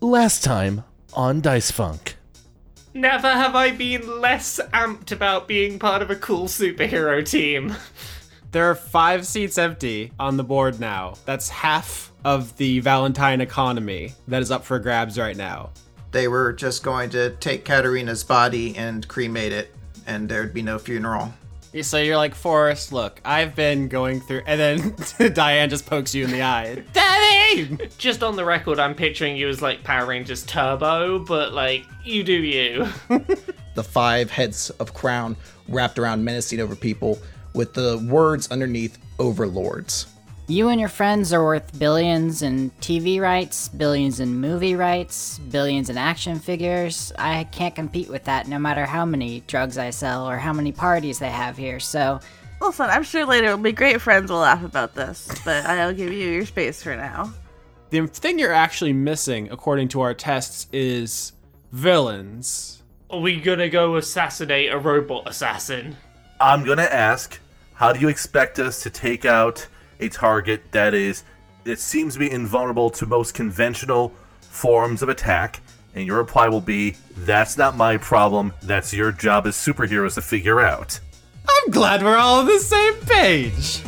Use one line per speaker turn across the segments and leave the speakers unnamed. last time on Dice Funk.
Never have I been less amped about being part of a cool superhero team.
There are five seats empty on the board now. That's half of the Valentine economy that is up for grabs right now.
They were just going to take Katerina's body and cremate it, and there'd be no funeral.
So you're like, Forrest, look, I've been going through. And then Diane just pokes you in the eye. Daddy!
Just on the record, I'm picturing you as like Power Rangers Turbo, but like, you do you.
the five heads of crown wrapped around menacing over people with the words underneath overlords.
You and your friends are worth billions in TV rights, billions in movie rights, billions in action figures. I can't compete with that no matter how many drugs I sell or how many parties they have here, so
Listen, I'm sure later it'll be great friends will laugh about this, but I'll give you your space for now.
The thing you're actually missing, according to our tests, is villains.
Are we gonna go assassinate a robot assassin?
I'm gonna ask, how do you expect us to take out a target that is it seems to be invulnerable to most conventional forms of attack? And your reply will be, that's not my problem, that's your job as superheroes to figure out.
I'm glad we're all on the same page.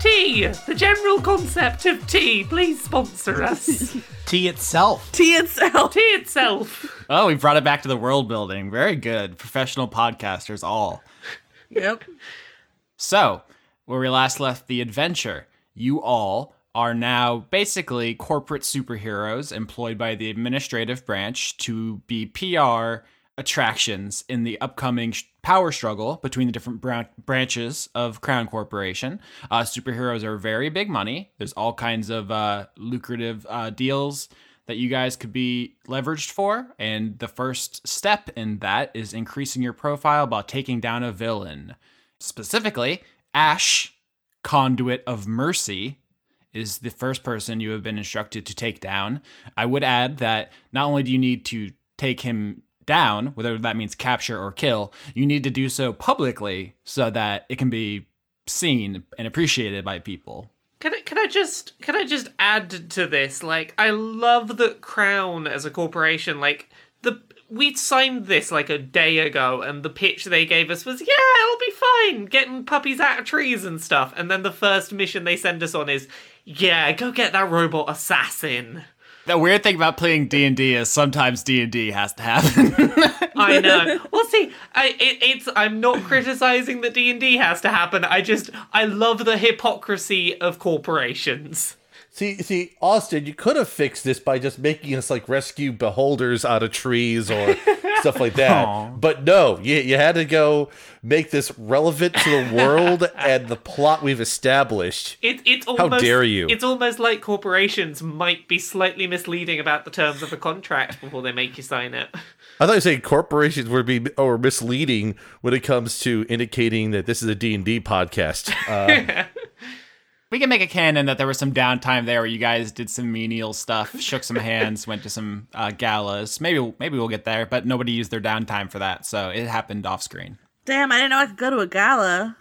Tea! The general concept of tea. Please sponsor us.
Tea itself.
Tea itself.
tea itself.
Oh, we brought it back to the world building. Very good. Professional podcasters, all.
Yep.
So, where we last left the adventure, you all are now basically corporate superheroes employed by the administrative branch to be PR attractions in the upcoming sh- power struggle between the different bran- branches of Crown Corporation. Uh, superheroes are very big money. There's all kinds of uh, lucrative uh, deals that you guys could be leveraged for. And the first step in that is increasing your profile by taking down a villain. Specifically, Ash, Conduit of Mercy, is the first person you have been instructed to take down. I would add that not only do you need to take him down, whether that means capture or kill, you need to do so publicly so that it can be seen and appreciated by people.
Can I, can I just can I just add to this? Like, I love that Crown as a corporation. Like the we signed this like a day ago, and the pitch they gave us was, "Yeah, it'll be fine, getting puppies out of trees and stuff." And then the first mission they send us on is, "Yeah, go get that robot assassin."
The weird thing about playing D&D is sometimes D&D has to happen.
I know. Well, see, I, it, it's I'm not criticizing that D and D has to happen. I just I love the hypocrisy of corporations.
See, see, Austin, you could have fixed this by just making us like rescue beholders out of trees or stuff like that. But no, you, you had to go make this relevant to the world and the plot we've established.
It, it's almost,
dare you.
It's almost like corporations might be slightly misleading about the terms of a contract before they make you sign it.
I thought you were saying corporations would be or misleading when it comes to indicating that this is a D&D podcast. Uh,
we can make a canon that there was some downtime there where you guys did some menial stuff, shook some hands, went to some uh, galas. Maybe maybe we'll get there, but nobody used their downtime for that, so it happened off screen.
Damn, I didn't know I could go to a gala.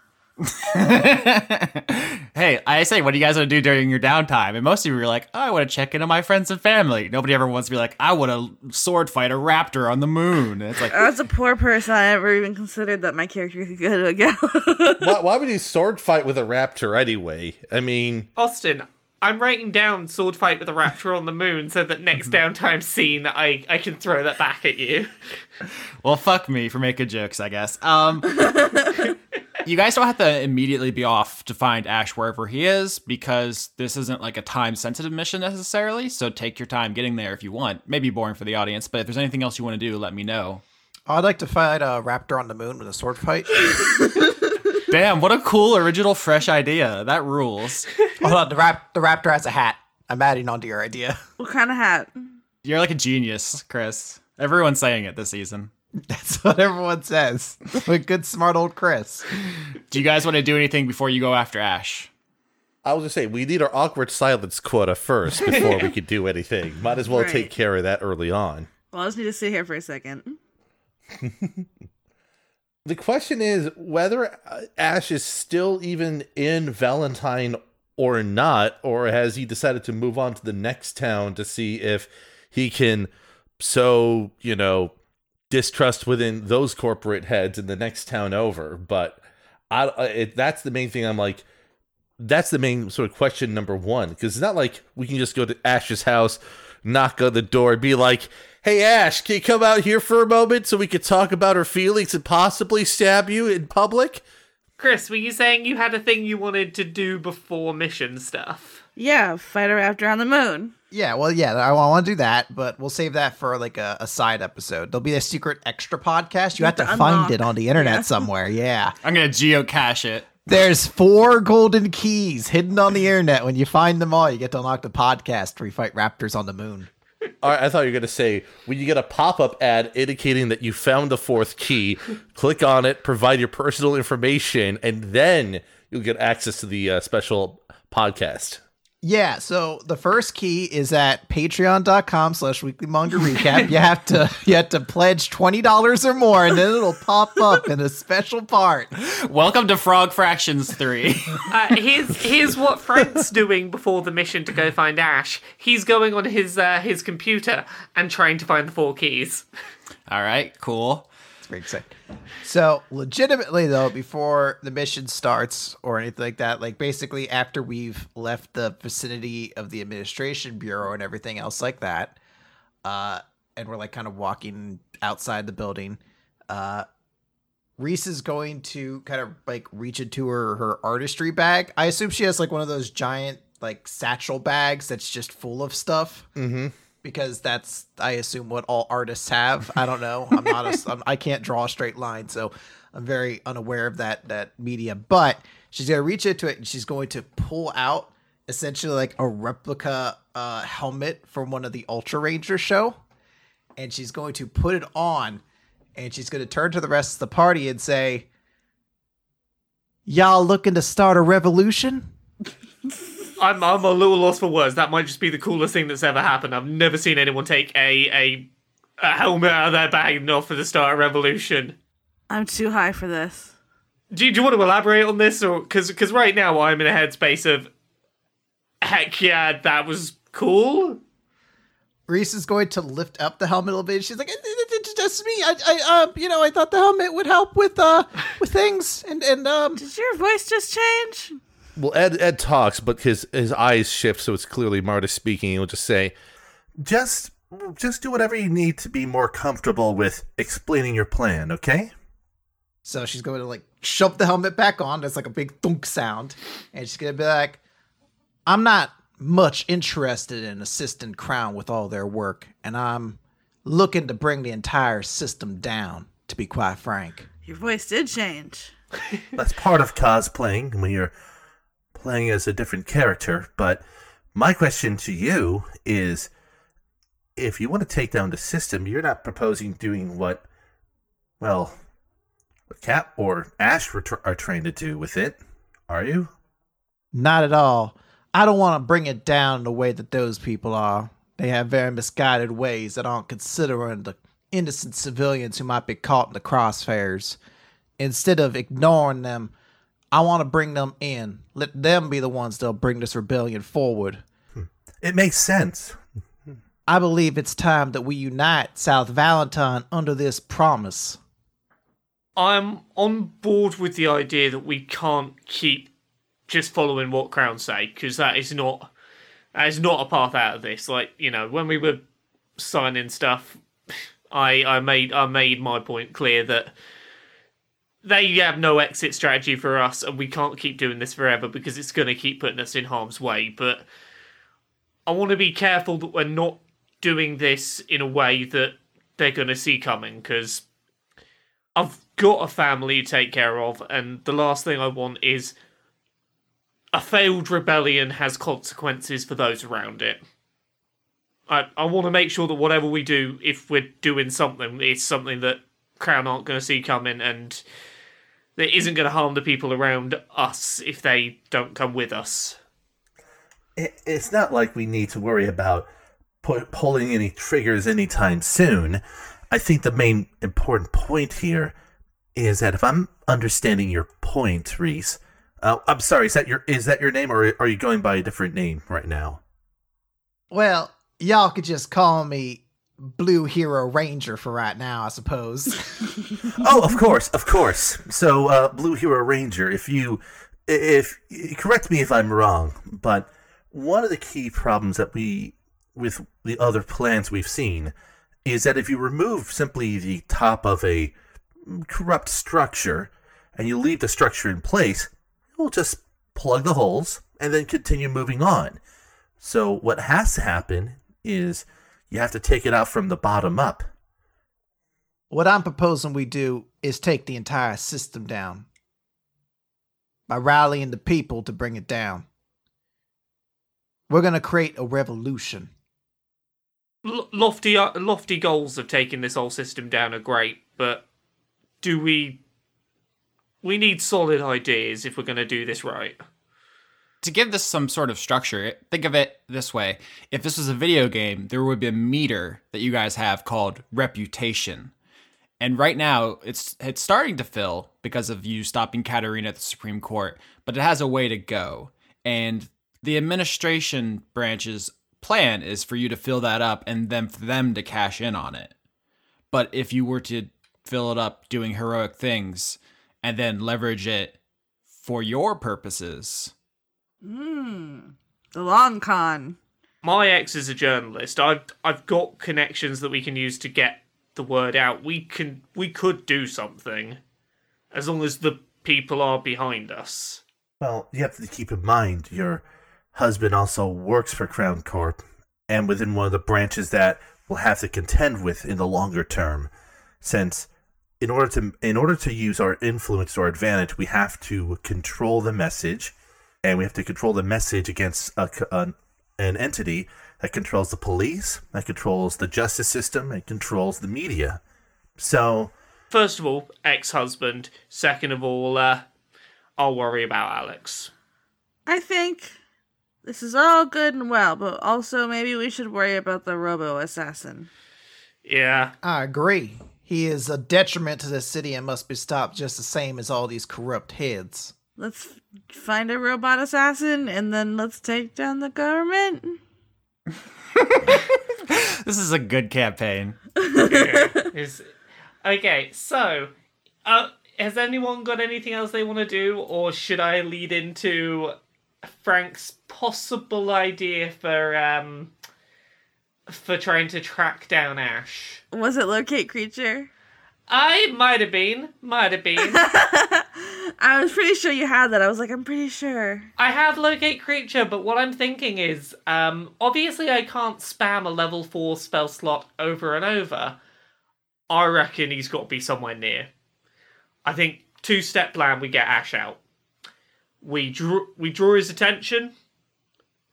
hey, I say, what do you guys want to do during your downtime? And most of you were like, oh, I want to check in on my friends and family. Nobody ever wants to be like, I want to sword fight a raptor on the moon. And it's like,
I was a poor person. I never even considered that my character could go to a gala.
why, why would you sword fight with a raptor anyway? I mean,
Austin, I'm writing down sword fight with a raptor on the moon so that next
Mm-hmm.
downtime scene I I can throw that back at you.
Well, fuck me for making jokes, I guess. Um, you guys don't have to immediately be off to find Ash wherever he is because this isn't like a time sensitive mission necessarily. So take your time getting there if you want. Maybe boring for the audience, but if there's anything else you want to do, let me know.
I'd like to fight a raptor on the moon with a sword fight.
Damn, what a cool, original, fresh idea. That rules.
Hold on, the, rap- the raptor has a hat. I'm adding on to your idea.
what kind of hat?
You're like a genius, Chris. Everyone's saying it this season.
That's what everyone says. Like good, smart old Chris.
Do you guys want to do anything before you go after Ash?
I was gonna say we need our awkward silence quota first before we could do anything. Might as well
Right.
take care of that early on.
Well, I just need to sit here for a second.
The question is whether uh, Ash is still even in Valentine or not, or has he decided to move on to the next town to see if he can sow, you know, distrust within those corporate heads in the next town over. But I, I- it, that's the main thing. I'm like, that's the main sort of question number one because it's not like we can just go to Ash's house, knock on the door, and be like, "Hey Ash, can you come out here for a moment so we could talk about her feelings and possibly stab you in public?"
Chris, were you saying you had a thing you wanted to do before mission stuff?
Yeah, fight a raptor on the moon.
Yeah, well, yeah, I want to do that, but we'll save that for like a, a side episode. There'll be a secret extra podcast. You have to
to
find
unlock.
it on the internet
Yeah.
somewhere. Yeah.
I'm gonna geocache it.
There's four golden keys hidden on the internet. When you find them all, you get to unlock the podcast where you fight raptors on the moon.
All right, I thought you were gonna say when you get a pop-up ad indicating that you found the fourth key, click on it, provide your personal information, and then you'll get access to the uh, special podcast.
Yeah, so the first key is at patreon.com slash weekly manga recap. you have to you have to pledge twenty dollars or more and then it'll pop up in a special part.
Welcome to Frog Fractions 3.
Uh, here's here's what Frank's doing before the mission to go find Ash. He's going on his uh, his computer and trying to find the four keys.
All right, cool.
It's very exciting. So legitimately though, before the mission starts or anything like that, like basically after we've left the vicinity of the administration bureau and everything else like that, uh, and we're like kind of walking outside the building, uh Reese is going to kind of like reach into her her artistry bag. I assume she has like one of those giant like satchel bags that's just full of stuff
Mm-hmm.
because that's I assume what all artists have. I don't know. I'm not a, I'm, I can't draw a straight line, so I'm very unaware of that that medium. But she's gonna reach into it and she's going to pull out essentially like a replica uh, helmet from one of the Ultra Ranger show, and she's going to put it on, and she's going to turn to the rest of the party and say. Y'all looking to start a revolution?
I'm I'm a little lost for words. That might just be the coolest thing that's ever happened. I've never seen anyone take a a, a helmet out of their bag and offer to start a revolution.
I'm too high for this.
Do you, do you want to elaborate on this, or because because right now I'm in a headspace of, heck yeah, that was cool.
Reese is going to lift up the helmet a little bit. She's like, "It- it- "It's just me. I, I, uh, you know, I thought the helmet would help with, uh, with things." And and um,
Did your voice just change?
Well, Ed Ed talks, but his his eyes shift, so it's clearly Marta speaking. He'll just say,
Just just do whatever you need to be more comfortable with explaining your plan, okay?
so she's going to like shove the helmet back on. That's like a big thunk sound, and she's gonna be like, "I'm not much interested in assisting Crown with all their work, and I'm looking to bring the entire system down. To be quite frank."
Your voice did change.
That's part of cosplaying when you're playing as a different character. But my question to you is if you want to take down the system, you're not proposing doing what, well, what Cap or Ash were tr- are trying to do with it, are you?
Not at all. I don't want to bring it down the way that those people are. They have very misguided ways that aren't considering the innocent civilians who might be caught in the crossfires. Instead of ignoring them, I want to bring them in. Let them be the ones that'll bring this rebellion forward.
It makes sense.
I believe it's time that we unite South Valentine under this promise.
I'm on board with the idea that we can't keep just following what Crown say because that is not that is not a path out of this. Like you know, when we were signing stuff, I I made I made my point clear that they have no exit strategy for us, and we can't keep doing this forever because it's going to keep putting us in harm's way. But I want to be careful that we're not doing this in a way that they're going to see coming because I've got a family to take care of, and the last thing I want is a failed rebellion has consequences for those around it. I, I want to make sure that whatever we do, if we're doing something, it's something that Crown aren't going to see coming and that isn't going to harm the people around us if they don't come with us.
It, it's not like we need to worry about pu- pulling any triggers anytime soon. I think the main important point here is that if I'm understanding your point, Reese, uh, I'm sorry, is that your is that your name, or are you going by a different name right now?
Well, y'all could just call me Blue Hero Ranger for right now, I suppose.
oh, of course, of course. So, uh, Blue Hero Ranger, if you, if correct me if I'm wrong, but one of the key problems that we with the other plans we've seen is that if you remove simply the top of a corrupt structure and you leave the structure in place, it will just plug the holes and then continue moving on. So what has to happen is you have to take it out from the bottom up.
what I'm proposing we do is take the entire system down by rallying the people to bring it down. We're going to create a revolution.
L- lofty, uh, lofty goals of taking this whole system down are great, but do we? We need solid ideas if we're going to do this right.
to give this some sort of structure, think of it this way. If this was a video game, there would be a meter that you guys have called reputation. And right now, it's it's starting to fill because of you stopping Katarina at the Supreme Court, but it has a way to go. And the administration branch's plan is for you to fill that up and then for them to cash in on it. But if you were to fill it up doing heroic things and then leverage it for your purposes,
Hmm, The long con.
my ex is a journalist. I've I've got connections that we can use to get the word out. We can we could do something, as long as the people are behind us.
Well, you have to keep in mind your husband also works for Crown Corp and within one of the branches that we'll have to contend with in the longer term since in order to in order to use our influence or advantage we have to control the message and we have to control the message against a, c- an, an entity that controls the police that controls the justice system and controls the media so
First of all, ex-husband. Second of all, uh, I'll worry about Alex.
I think this is all good and well, but also maybe we should worry about the robo assassin.
Yeah,
I agree. He is a detriment to the city and must be stopped just the same as all these corrupt heads.
Let's find a robot assassin and then let's take down the government.
This is a good campaign.
Is okay. So, uh, has anyone got anything else they want to do, or should I lead into Frank's possible idea for um for trying to track down Ash?
Was it locate creature?
I might have been, might have been.
I was pretty sure you had that. I was like, I'm pretty sure.
I have locate creature, but what I'm thinking is, um, obviously I can't spam a level four spell slot over and over. I reckon he's got to be somewhere near. I think two step plan. We get Ash out. We draw. We draw his attention.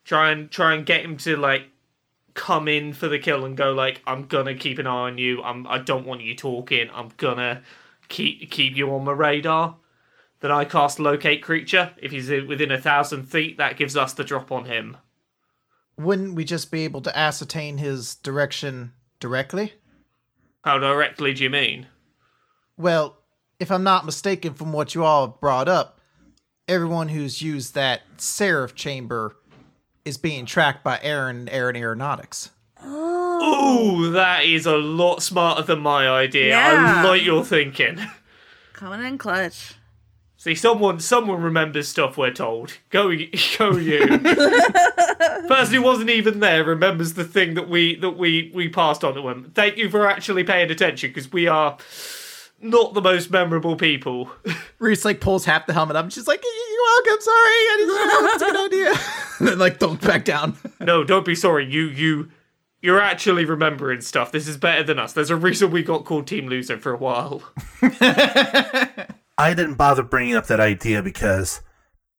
Try and try and get him to like come in for the kill and go like, I'm gonna keep an eye on you. I'm. I don't want you talking. I'm gonna keep keep you on my radar. Then I cast locate creature. If he's within a thousand feet, that gives us the drop on him.
Wouldn't we just be able to ascertain his direction directly?
How directly do you mean?
Well, if I'm not mistaken from what you all have brought up, everyone who's used that serif chamber is being tracked by Aaron and Aaron Aeronautics.
Ooh, that is a lot smarter than my idea. I
Yeah.
like your thinking.
Coming in clutch.
See, someone someone remembers stuff we're told. Go, y- go you. Person who wasn't even there remembers the thing that we that we we passed on to him. Thank you for actually paying attention because we are not the most memorable people.
Reese like pulls half the helmet up and she's like, "Y- You're welcome, sorry, I didn't know that's a good idea. and then like dumped back down.
No, don't be sorry. You you you're actually remembering stuff. This is better than us. There's a reason we got called Team Loser for a while.
I didn't bother bringing up that idea because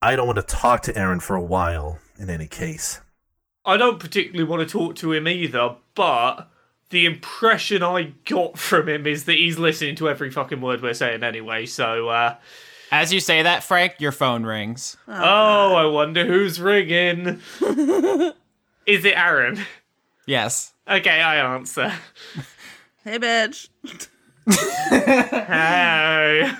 I don't want to talk to Aaron for a while, in any case.
I don't particularly want to talk to him either, but the impression I got from him is that he's listening to every fucking word we're saying anyway, so, uh,
As you say that, Frank, your phone rings.
oh, I wonder who's ringing. is it Aaron?
Yes.
Okay, I answer.
Hey, bitch.
Hey.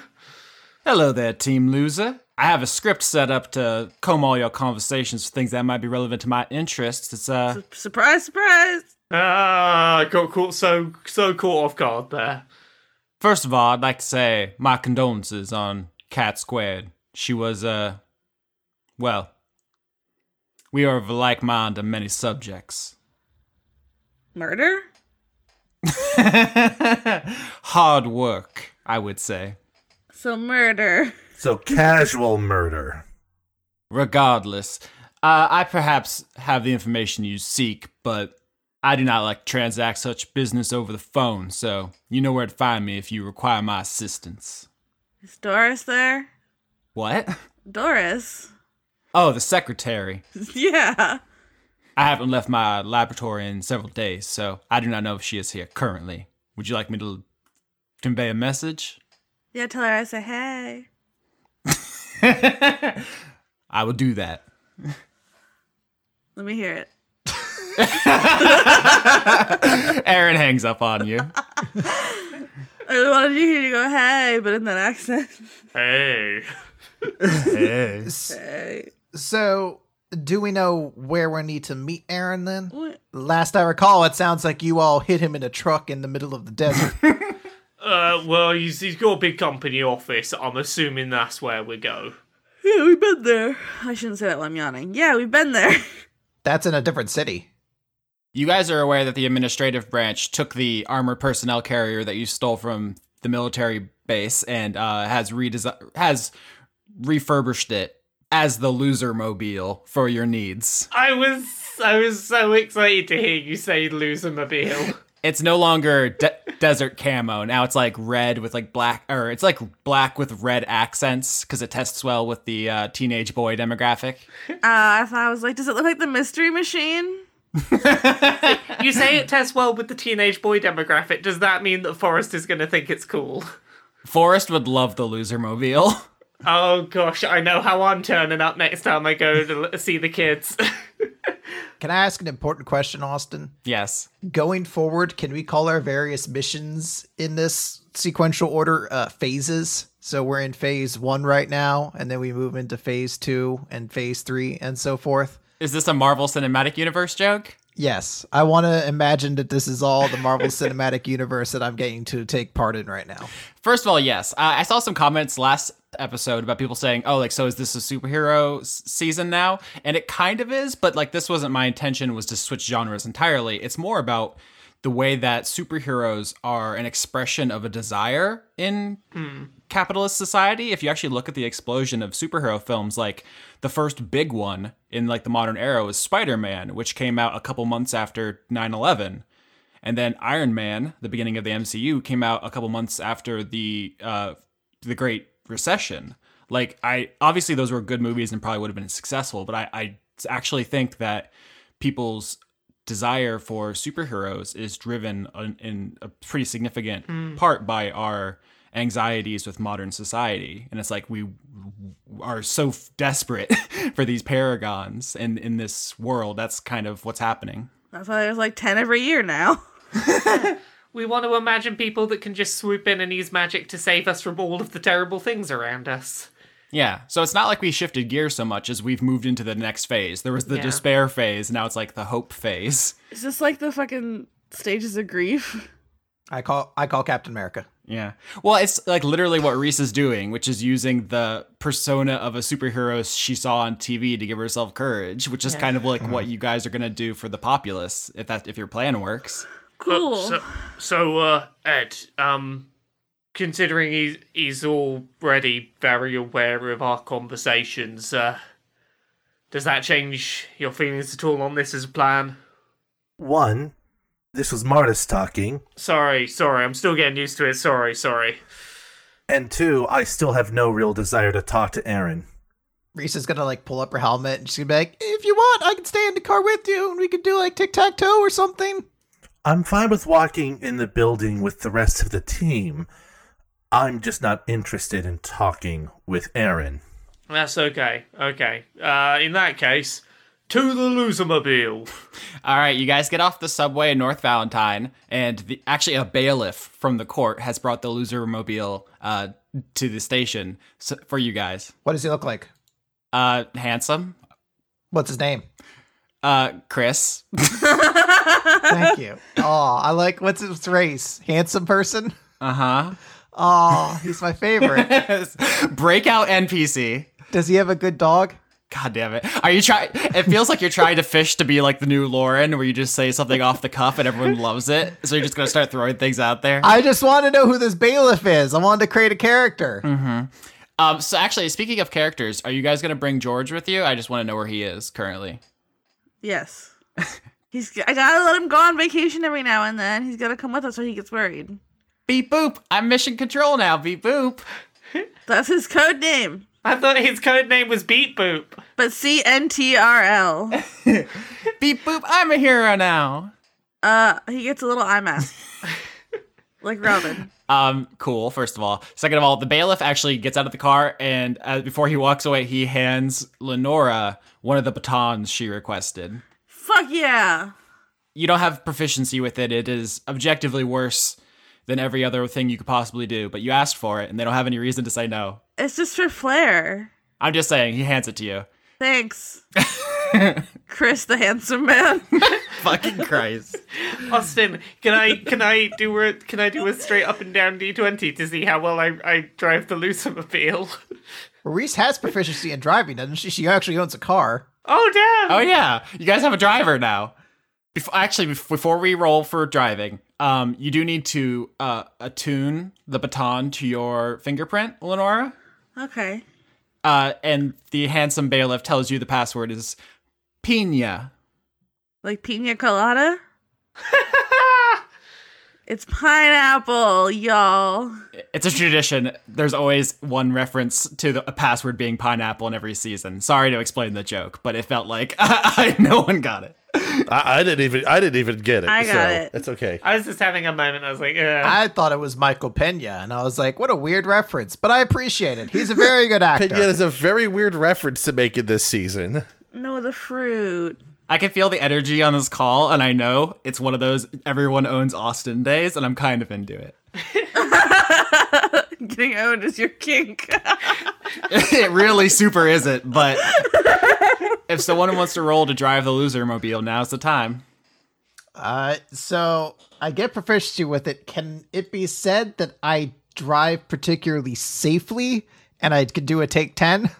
Hello there, Team Loser. I have a script set up to comb all your conversations for things that might be relevant to my interests. It's uh
Surprise, surprise.
Ah, I got caught so so caught off guard there.
First of all, I'd like to say my condolences on Cat Squared. She was, uh, well, we are of like mind on many subjects.
Murder?
Hard work, I would say.
So, murder.
So casual murder.
Regardless, uh, I perhaps have the information you seek, but I do not like to transact such business over the phone, so you know where to find me if you require my assistance.
Is Doris there?
What?
Doris?
Oh, the secretary.
Yeah.
I haven't left my laboratory in several days, so I do not know if she is here currently. Would you like me to convey a message?
Yeah, tell her I say, hey.
I will do that.
Let me hear it.
Aaron hangs up on you.
I really wanted to hear you go, hey, but in that accent.
Hey.
Hey.
So, do we know where we need to meet Aaron then?
What?
Last I recall, it sounds like you all hit him in a truck in the middle of the desert.
Uh, well, he's, he's got a big company office. I'm assuming that's where we go.
Yeah, we've been there. I shouldn't say that while I'm yawning. Yeah, we've been there.
That's in a different city.
You guys are aware that the administrative branch took the armored personnel carrier that you stole from the military base and uh, has redesi- has refurbished it as the loser mobile for your needs.
I was I was so excited to hear you say Losermobile.
It's no longer de- desert camo. Now it's like red with like black, or it's like black with red accents because it tests well with the uh, teenage boy demographic.
Uh, I thought I was like, does it look like the mystery machine?
you say it tests well with the teenage boy demographic. Does that mean that Forrest is going to think it's cool?
Forrest would love the loser mobile.
Oh gosh, I know how I'm turning up next time I go to l- see the kids.
Can I ask an important question, Austin?
yes.
Going forward, can we call our various missions in this sequential order uh, phases? So we're in phase one right now, and then we move into phase two and phase three and so forth.
Is this a Marvel Cinematic Universe joke?
Yes, I want to imagine that this is all the Marvel Cinematic Universe that I'm getting to take part in right now.
First of all, yes. Uh, I saw some comments last episode about people saying, "Oh, like so is this a superhero s- season now?" And it kind of is, but like this wasn't my intention was to switch genres entirely. It's more about the way that superheroes are an expression of a desire in capitalist society. If you actually look at the explosion of superhero films, like the first big one in like the modern era was Spider-Man, which came out a couple months after 9/11. And then Iron Man, the beginning of the MCU, came out a couple months after the uh, the Great Recession. Like I obviously those were good movies and probably would have been successful, but I, I actually think that people's desire for superheroes is driven in, in a pretty significant part by our anxieties with modern society and it's like we are so f- desperate for these paragons in in this world that's kind of what's happening
That's why there's like 10 every year now.
we want to imagine people that can just swoop in and use magic to save us from all of the terrible things around us.
Yeah. So it's not like we shifted gear so much as we've moved into the next phase. There was the
Yeah.
despair phase, now it's like the hope phase.
Is this like the fucking stages of grief?
I call I call Captain America.
Yeah. Well, it's like literally what Reese is doing, which is using the persona of a superhero she saw on TV to give herself courage, which is kind of like what you guys are going to do for the populace if that if your plan works.
Cool.
So, so uh, Ed, um, considering he's, he's already very aware of our conversations, uh, does that change your feelings at all on this as a plan?
One, this was Martis talking,
Sorry, sorry, I'm still getting used to it. Sorry, sorry.
and two, I still have no real desire to talk to Aaron.
Risa's gonna like pull up her helmet and she's gonna be like, "If you want, I can stay in the car with you, and we could do like tic tac toe or something."
I'm fine with walking in the building with the rest of the team. I'm just not interested in talking with Aaron.
That's okay. Okay. Uh, in that case, to the losermobile.
All right, you guys get off the subway in North Valentine, and the, actually a bailiff from the court has brought the loser mobile uh, to the station so, for you guys.
What does he look like?
Uh, handsome,
What's his name?
uh, Chris.
Thank you. Oh, I like what's his race? Handsome person.
Uh
Oh, he's my favorite.
huh. Breakout NPC.
Does he have a good dog?
God damn it! Are you trying? It feels like you're trying to fish to be like the new Lauren, where you just say something off the cuff and everyone loves it. So you're just gonna start throwing things out there.
I just want to know who this bailiff is. I wanted to create a character.
Um, so actually, speaking of characters, are you guys gonna bring George with you? I just want to know where he is currently.
Yes. He's. I gotta let him go on vacation every now and then. He's gotta come with us, or he gets worried.
Beep boop. I'm mission control now. Beep boop.
That's his code name.
I thought his code name was Beat Boop.
But C N T R L.
Beep boop. I'm a hero now.
Uh, he gets a little eye mask, like Robin.
Um, cool. First of all, second of all, the bailiff actually gets out of the car, and uh, before he walks away, he hands Lenora one of the batons she requested.
Fuck yeah.
You don't have proficiency with it. It is objectively worse than every other thing you could possibly do, but you asked for it, and they don't have any reason to say no.
It's just for flair.
I'm just saying, he hands it to you.
Thanks. Chris the handsome man.
Fucking Christ.
Austin, can I can I do a can I do a straight up and down D twenty to see how well I, I drive the losermobile?
Reese has proficiency in driving, doesn't she? She actually owns a car.
Oh damn!
Oh yeah, you guys have a driver now. Bef- actually, bef- before we roll for driving, um, you do need to uh, attune the baton to your fingerprint, Lenora.
Okay.
Uh, and the handsome bailiff tells you the password is Pina.
Like pina colada? it's pineapple, y'all.
It's a tradition. There's always one reference to the a password being pineapple in every season. Sorry to explain the joke, but it felt like no one got it.
I, I didn't even I didn't even get it.
I got
so
it.
That's okay.
I was just having a moment. I was like, Ugh.
I thought it was Michael Pena, and I was like, what a weird reference, but I appreciate it. He's a very good actor.
Pena is a very weird reference to make in this season.
No, the fruit.
I can feel the energy on this call, and I know it's one of those everyone owns Austin days, and I'm kind of into it.
Getting owned is Oh, your kink.
it really super isn't, but if someone wants to roll to drive the loser mobile, now's the time.
Uh, so I get proficiency with it. Can it be said that I drive particularly safely and I could do a take 10?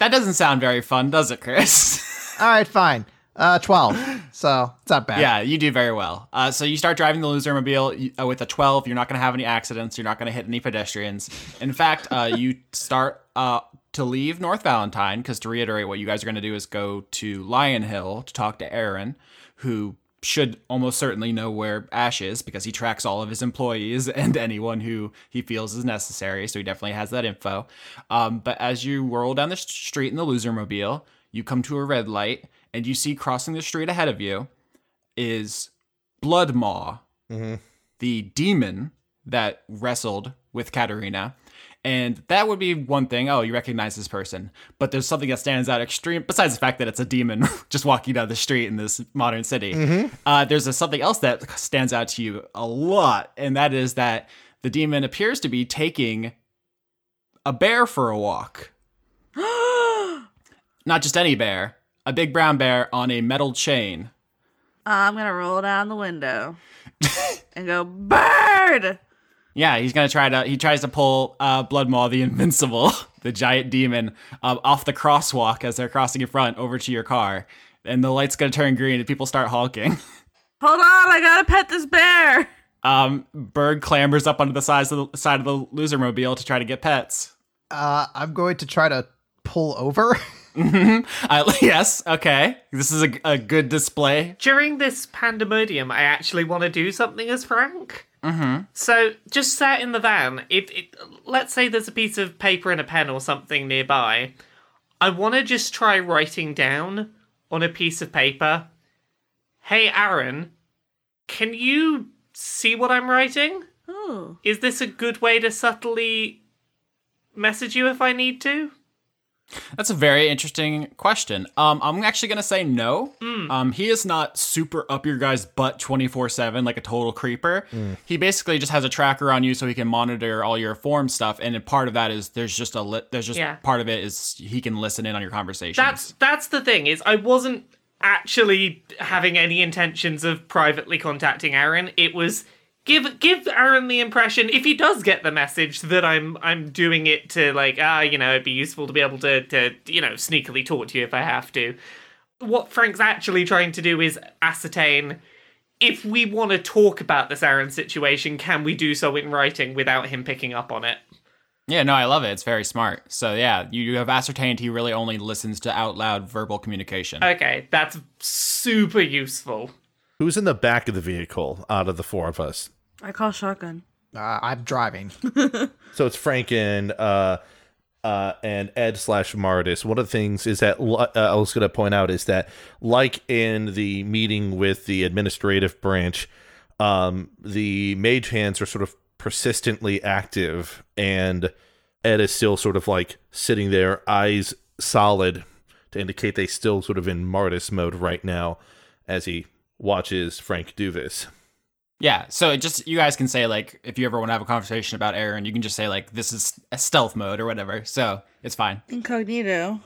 That doesn't sound very fun, does it, Chris?
All right, fine. Uh, 12. So it's not bad.
yeah, you do very well. Uh, so you start driving the loser mobile you- uh, with a 12. You're not going to have any accidents. You're not going to hit any pedestrians. In fact, uh, you start uh, to leave North Valentine because to reiterate, what you guys are going to do is go to Lion Hill to talk to Aaron, who should almost certainly know where Ash is because he tracks all of his employees and anyone who he feels is necessary. So he definitely has that info. Um, but as you whirl down the st- street in the loser mobile, you come to a red light and you see crossing the street ahead of you is Blood Maw, the demon that wrestled with Katarina. And that would be one thing. Oh, you recognize this person. But there's something that stands out extreme, besides the fact that it's a demon just walking down the street in this modern city. Uh, there's a, something else that stands out to you a lot. And that is that the demon appears to be taking a bear for a walk not just any bear, a big brown bear on a metal chain.
I'm gonna roll down the window and go, bird!
Yeah, he's gonna try to. He tries to pull uh, Blood Maw, the Invincible, the giant demon, um, off the crosswalk as they're crossing in front over to your car, and the light's gonna turn green and people start honking.
Hold on, I gotta pet this bear!
Um, Bird clambers up onto the sides of the side of the loser mobile to try to get pets.
Uh, I'm going to try to pull over.
Uh, yes, okay, this is a, a good display.
During this pandemonium, I actually want to do something as Frank. Mm-hmm. So just sat in the van. If it, let's say there's a piece of paper and a pen or something nearby, I want to just try writing down on a piece of paper, "Hey Aaron, can you see what I'm writing?
Oh,
Is this a good way to subtly message you if I need to?"
That's a very interesting question. Um, I'm actually gonna say no.
Hmm.
Um, he is not super up your guy's butt 24 seven like a total creeper.
Hmm.
He basically just has a tracker on you so he can monitor all your form stuff, and a part of that is there's just a li- there's just
Yeah.
part of it is he can listen in on your conversations.
That's that's the thing is I wasn't actually having any intentions of privately contacting Aaron. It was give give Aaron the impression if he does get the message that I'm I'm doing it to like ah you know it'd be useful to be able to to you know sneakily talk to you if I have to. What Frank's actually trying to do is ascertain if we want to talk about this Aaron situation, can we do so in writing without him picking up on it?
yeah, no, I love it. It's very smart. So yeah, you, you have ascertained he really only listens to out loud verbal communication.
Okay, that's super useful.
Who's in the back of the vehicle out of the four of us?
I call shotgun.
Uh, I'm driving.
So it's Frank and uh, uh, and Ed slash Mardis. One of the things is that li- uh, I was going to point out is that, like in the meeting with the administrative branch, um, the mage hands are sort of persistently active, and Ed is still sort of like sitting there, eyes solid, to indicate they still sort of in Mardis mode right now, as he watches Frank do this.
Yeah, so it just you guys can say like if you ever want to have a conversation about Aaron, you can just say like this is a stealth mode or whatever. So it's fine.
Incognito.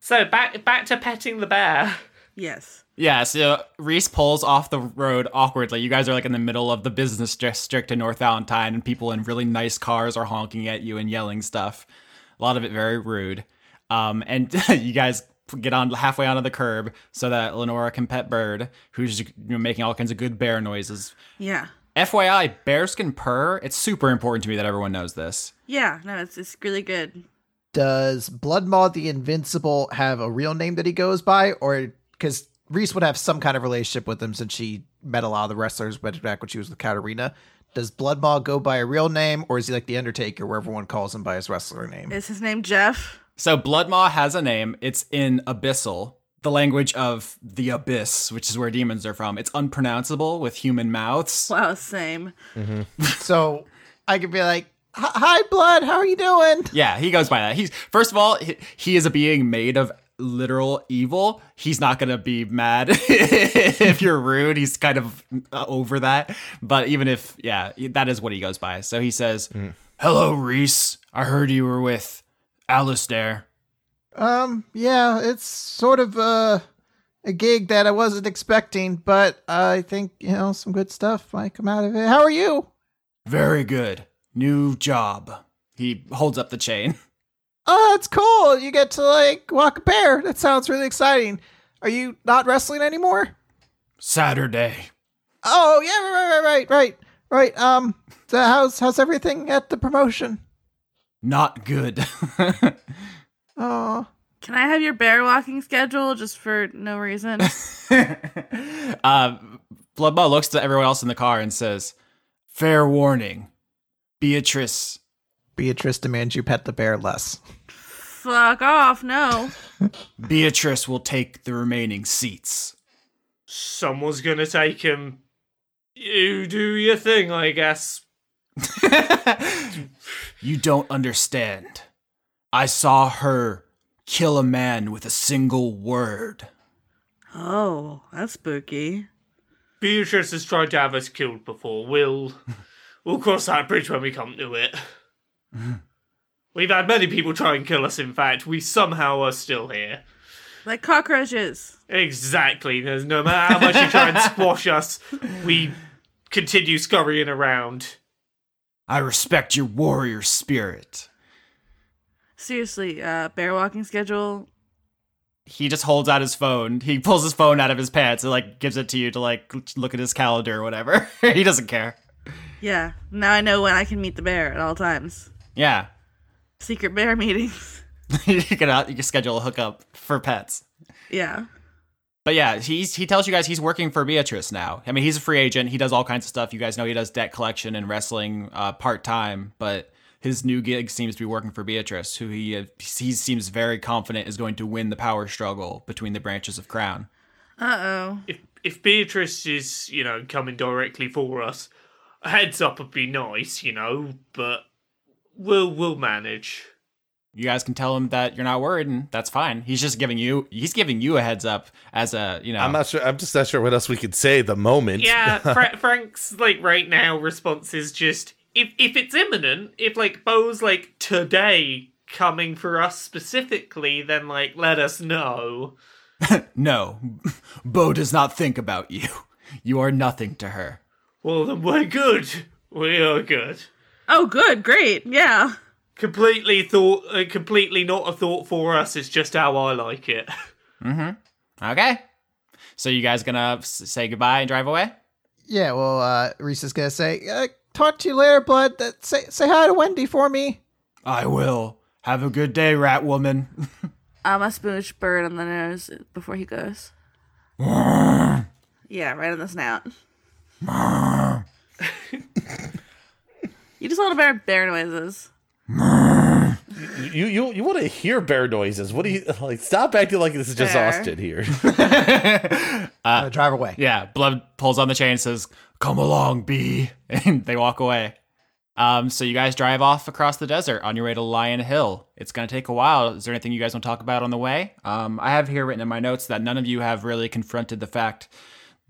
So back back to petting the bear.
Yes.
Yeah, so Reese pulls off the road awkwardly. You guys are like in the middle of the business district in North Valentine, and people in really nice cars are honking at you and yelling stuff. A lot of it very rude. Um, and you guys get on halfway onto the curb so that Lenora can pet Bird, who's you know, making all kinds of good bear noises.
Yeah.
FYI, bears can purr. It's super important to me that everyone knows this.
Yeah. No, it's it's really good.
Does Bloodmaw the Invincible have a real name that he goes by, or because Reese would have some kind of relationship with him since she met a lot of the wrestlers but back when she was with Katarina? Does Bloodmaw go by a real name, or is he like the Undertaker, where everyone calls him by his wrestler name?
Is his name Jeff?
So Bloodmaw has a name. It's in Abyssal, the language of the Abyss, which is where demons are from. It's unpronounceable with human mouths.
Wow, same.
so I could be like, "Hi, hi, Blood, how are you doing?"
Yeah, he goes by that. He's first of all, he, he is a being made of literal evil. He's not gonna be mad if you're rude. He's kind of uh, over that. But even if, yeah, that is what he goes by. So he says, "Hello, Reese. I heard you were with Alistair."
Um, yeah, it's sort of a a gig that I wasn't expecting, but I think you know some good stuff might come out of it. How are you?
Very good. New job. He holds up the chain.
Oh, that's cool. You get to like walk a bear. That sounds really exciting. Are you not wrestling anymore?
Saturday.
Oh yeah, right, right, right, right, right. Um, so how's how's everything at the promotion?
Not good. Uh,
Oh,
Can I have your bear walking schedule just for no reason?
uh, Bloodmaw looks to everyone else in the car and says, Fair warning. Beatrice.
Beatrice demands you pet the bear less.
Fuck off. No.
Beatrice will take the remaining seats.
Someone's gonna take him. You do your thing, I guess.
You don't understand. I saw her kill a man with a single word.
Oh, that's spooky.
Beatrice has tried to have us killed before. We'll we'll cross that bridge when we come to it. We've had many people try and kill us, in fact. We somehow are still here.
Like cockroaches.
Exactly. There's no matter how much you try and squash us, we continue scurrying around.
I respect your warrior spirit.
Seriously, uh, bear walking schedule.
he just holds out his phone. He pulls his phone out of his pants and like gives it to you to like look at his calendar or whatever. he doesn't care.
Yeah. Now I know when I can meet the bear at all times.
Yeah,
Secret bear meetings.
you can out you can schedule a hookup for pets.
Yeah.
But yeah, he's he tells you guys he's working for Beatrice now. I mean, he's a free agent. He does all kinds of stuff. You guys know he does debt collection and wrestling uh, part time, but His new gig seems to be working for Beatrice, who he, uh, he seems very confident is going to win the power struggle between the branches of Crown.
Uh oh.
If if Beatrice is, you know, coming directly for us, a heads up would be nice, you know, but we'll we'll manage.
You guys can tell him that you're not worried, and that's fine. He's just giving you he's giving you a heads up as a you know.
I'm not sure. I'm just not sure what else we could say at the moment.
Yeah, Fra- Frank's like right now response is just if if it's imminent, if like Bo's like today coming for us specifically, then like let us know.
no, Bo does not think about you. You are nothing to her.
Well, then we're good. We are good.
Oh, good. Great. Yeah.
Completely thought, uh, completely not a thought for us. It's just how I like it.
Mm-hmm. Okay. So you guys gonna s- say goodbye and drive away?
Yeah, well, uh, Reese is gonna say, uh, "Talk to you later, bud. That, say say hi to Wendy for me."
I will. Have a good day, rat woman.
Um, a smooch bird on the nose before he goes. yeah, right on the snout. you just want to bear bear noises.
You you you want to hear bear noises? What do you like? Stop acting like this is just
Fair.
Austin here.
Uh, drive away.
Yeah, Blood pulls on the chain and says, Come along, B. And they walk away. Um, so you guys drive off across the desert on your way to Lion Hill. It's going to take a while. Is there anything you guys want to talk about on the way? Um, I have here written in my notes that none of you have really confronted the fact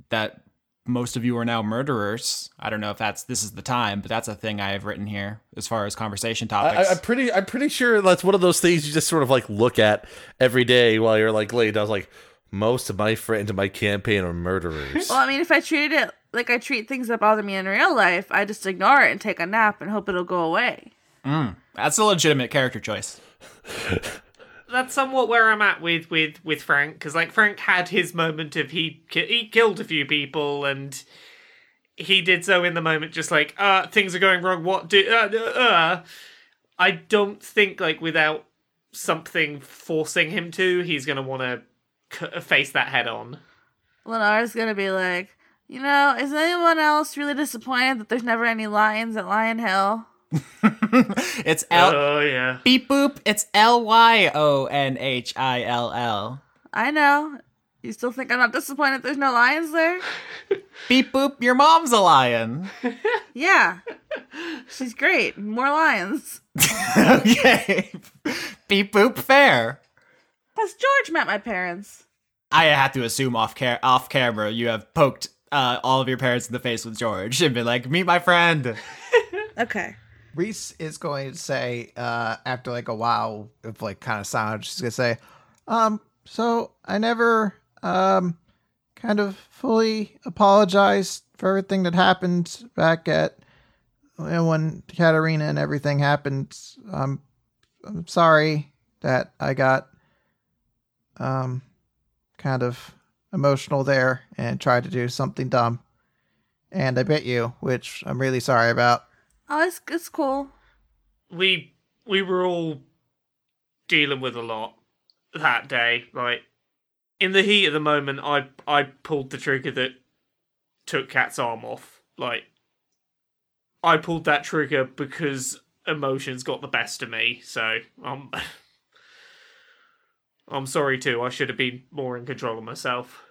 that most of you are now murderers. I don't know if that's this is the time, but that's a thing I have written here as far as conversation
I,
topics.
I- I'm pretty I'm pretty sure that's one of those things you just sort of like look at every day while you're like laid. I was like, most of my friends in my campaign are murderers.
Well, I mean, if I treated it like I treat things that bother me in real life, I just ignore it and take a nap and hope it'll go away.
that's a legitimate character choice.
that's somewhat where I'm at with with with Frank because like Frank had his moment of he ki- he killed a few people and he did so in the moment just like uh things are going wrong what do uh, uh, uh. I don't think like without something forcing him to he's gonna want to c- face that head on.
Lenore's gonna be like, you know, is anyone else really disappointed that there's never any lions at Lion Hill?
it's L
Uh.
Oh yeah,
beep boop. It's L Y O N H I L L.
I know. You still think I'm not disappointed there's no lions there?
Beep boop, your mom's a lion.
Yeah. She's great. More lions.
okay. Beep boop, fair.
Plus, George met my parents.
I have to assume off care off camera you have poked uh, all of your parents in the face with George and been like, meet my friend.
Okay.
Reese is going to say, uh, after like a while of like kind of silence, she's gonna say, um, so I never, um, kind of fully apologized for everything that happened back at when Katarina and everything happened. Um, I'm sorry that I got, um, kind of emotional there and tried to do something dumb. And I bit you, which I'm really sorry about.
Oh, it's, it's cool.
we we were all dealing with a lot that day. Like in the heat of the moment, I I pulled the trigger that took Cat's arm off. Like I pulled that trigger because emotions got the best of me. So um, I'm sorry too. I should have been more in control of myself.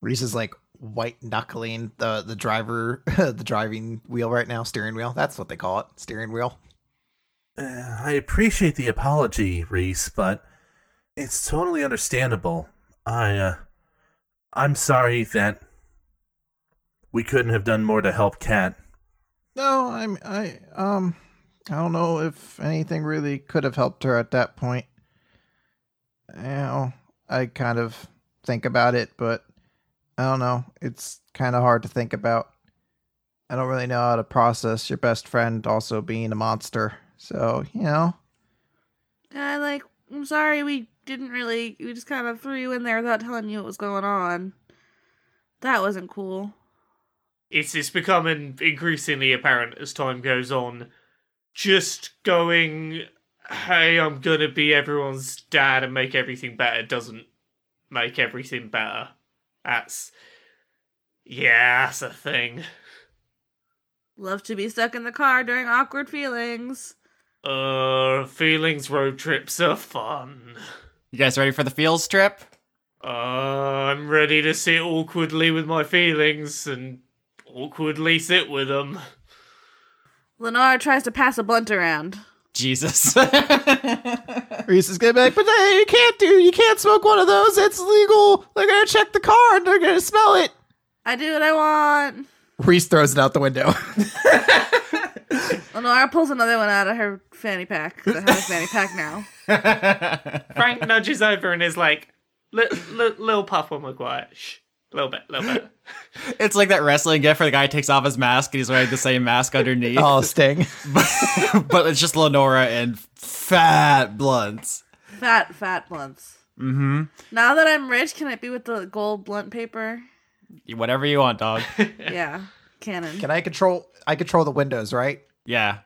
Reese is like white knuckling the the driver the driving wheel right now steering wheel that's what they call it steering wheel
Uh, I appreciate the apology, Reese, but it's totally understandable. I, uh, I'm sorry that we couldn't have done more to help Cat.
no i'm i um i don't know if anything really could have helped her at that point you know i kind of think about it but i don't know it's kind of hard to think about i don't really know how to process your best friend also being a monster so you know
I like, I'm sorry we didn't really, we just kind of threw you in there without telling you what was going on. That wasn't cool.
it's it's becoming increasingly apparent as time goes on. Just going, hey, I'm gonna be everyone's dad and make everything better doesn't make everything better. That's yeah, that's a thing.
Love to be stuck in the car during awkward feelings.
Uh, feelings road trips are fun.
You guys ready for the fields trip?
Uh, I'm ready to sit awkwardly with my feelings and awkwardly sit with them.
Lenora tries to pass a blunt around.
Jesus.
Reese is gonna be like, but hey, you can't do, you can't smoke one of those. It's legal. They're gonna check the car and they're gonna smell it.
I do what I want.
Reese throws it out the window.
Lenora pulls another one out of her fanny pack. 'cause I have a fanny pack now.
Frank nudges over and is like, "Li- li- "Little puff when we're quiet, shh, little bit, little bit."
it's like that wrestling gift where the guy takes off his mask and he's wearing the same mask underneath.
oh, Sting.
but it's just Lenora and fat blunts.
Fat, fat blunts.
Mm-hmm.
Now that I'm rich, can I be with the gold blunt paper?
Whatever you want, dog.
Yeah, canon.
Can I control? I control the windows, right?
Yeah.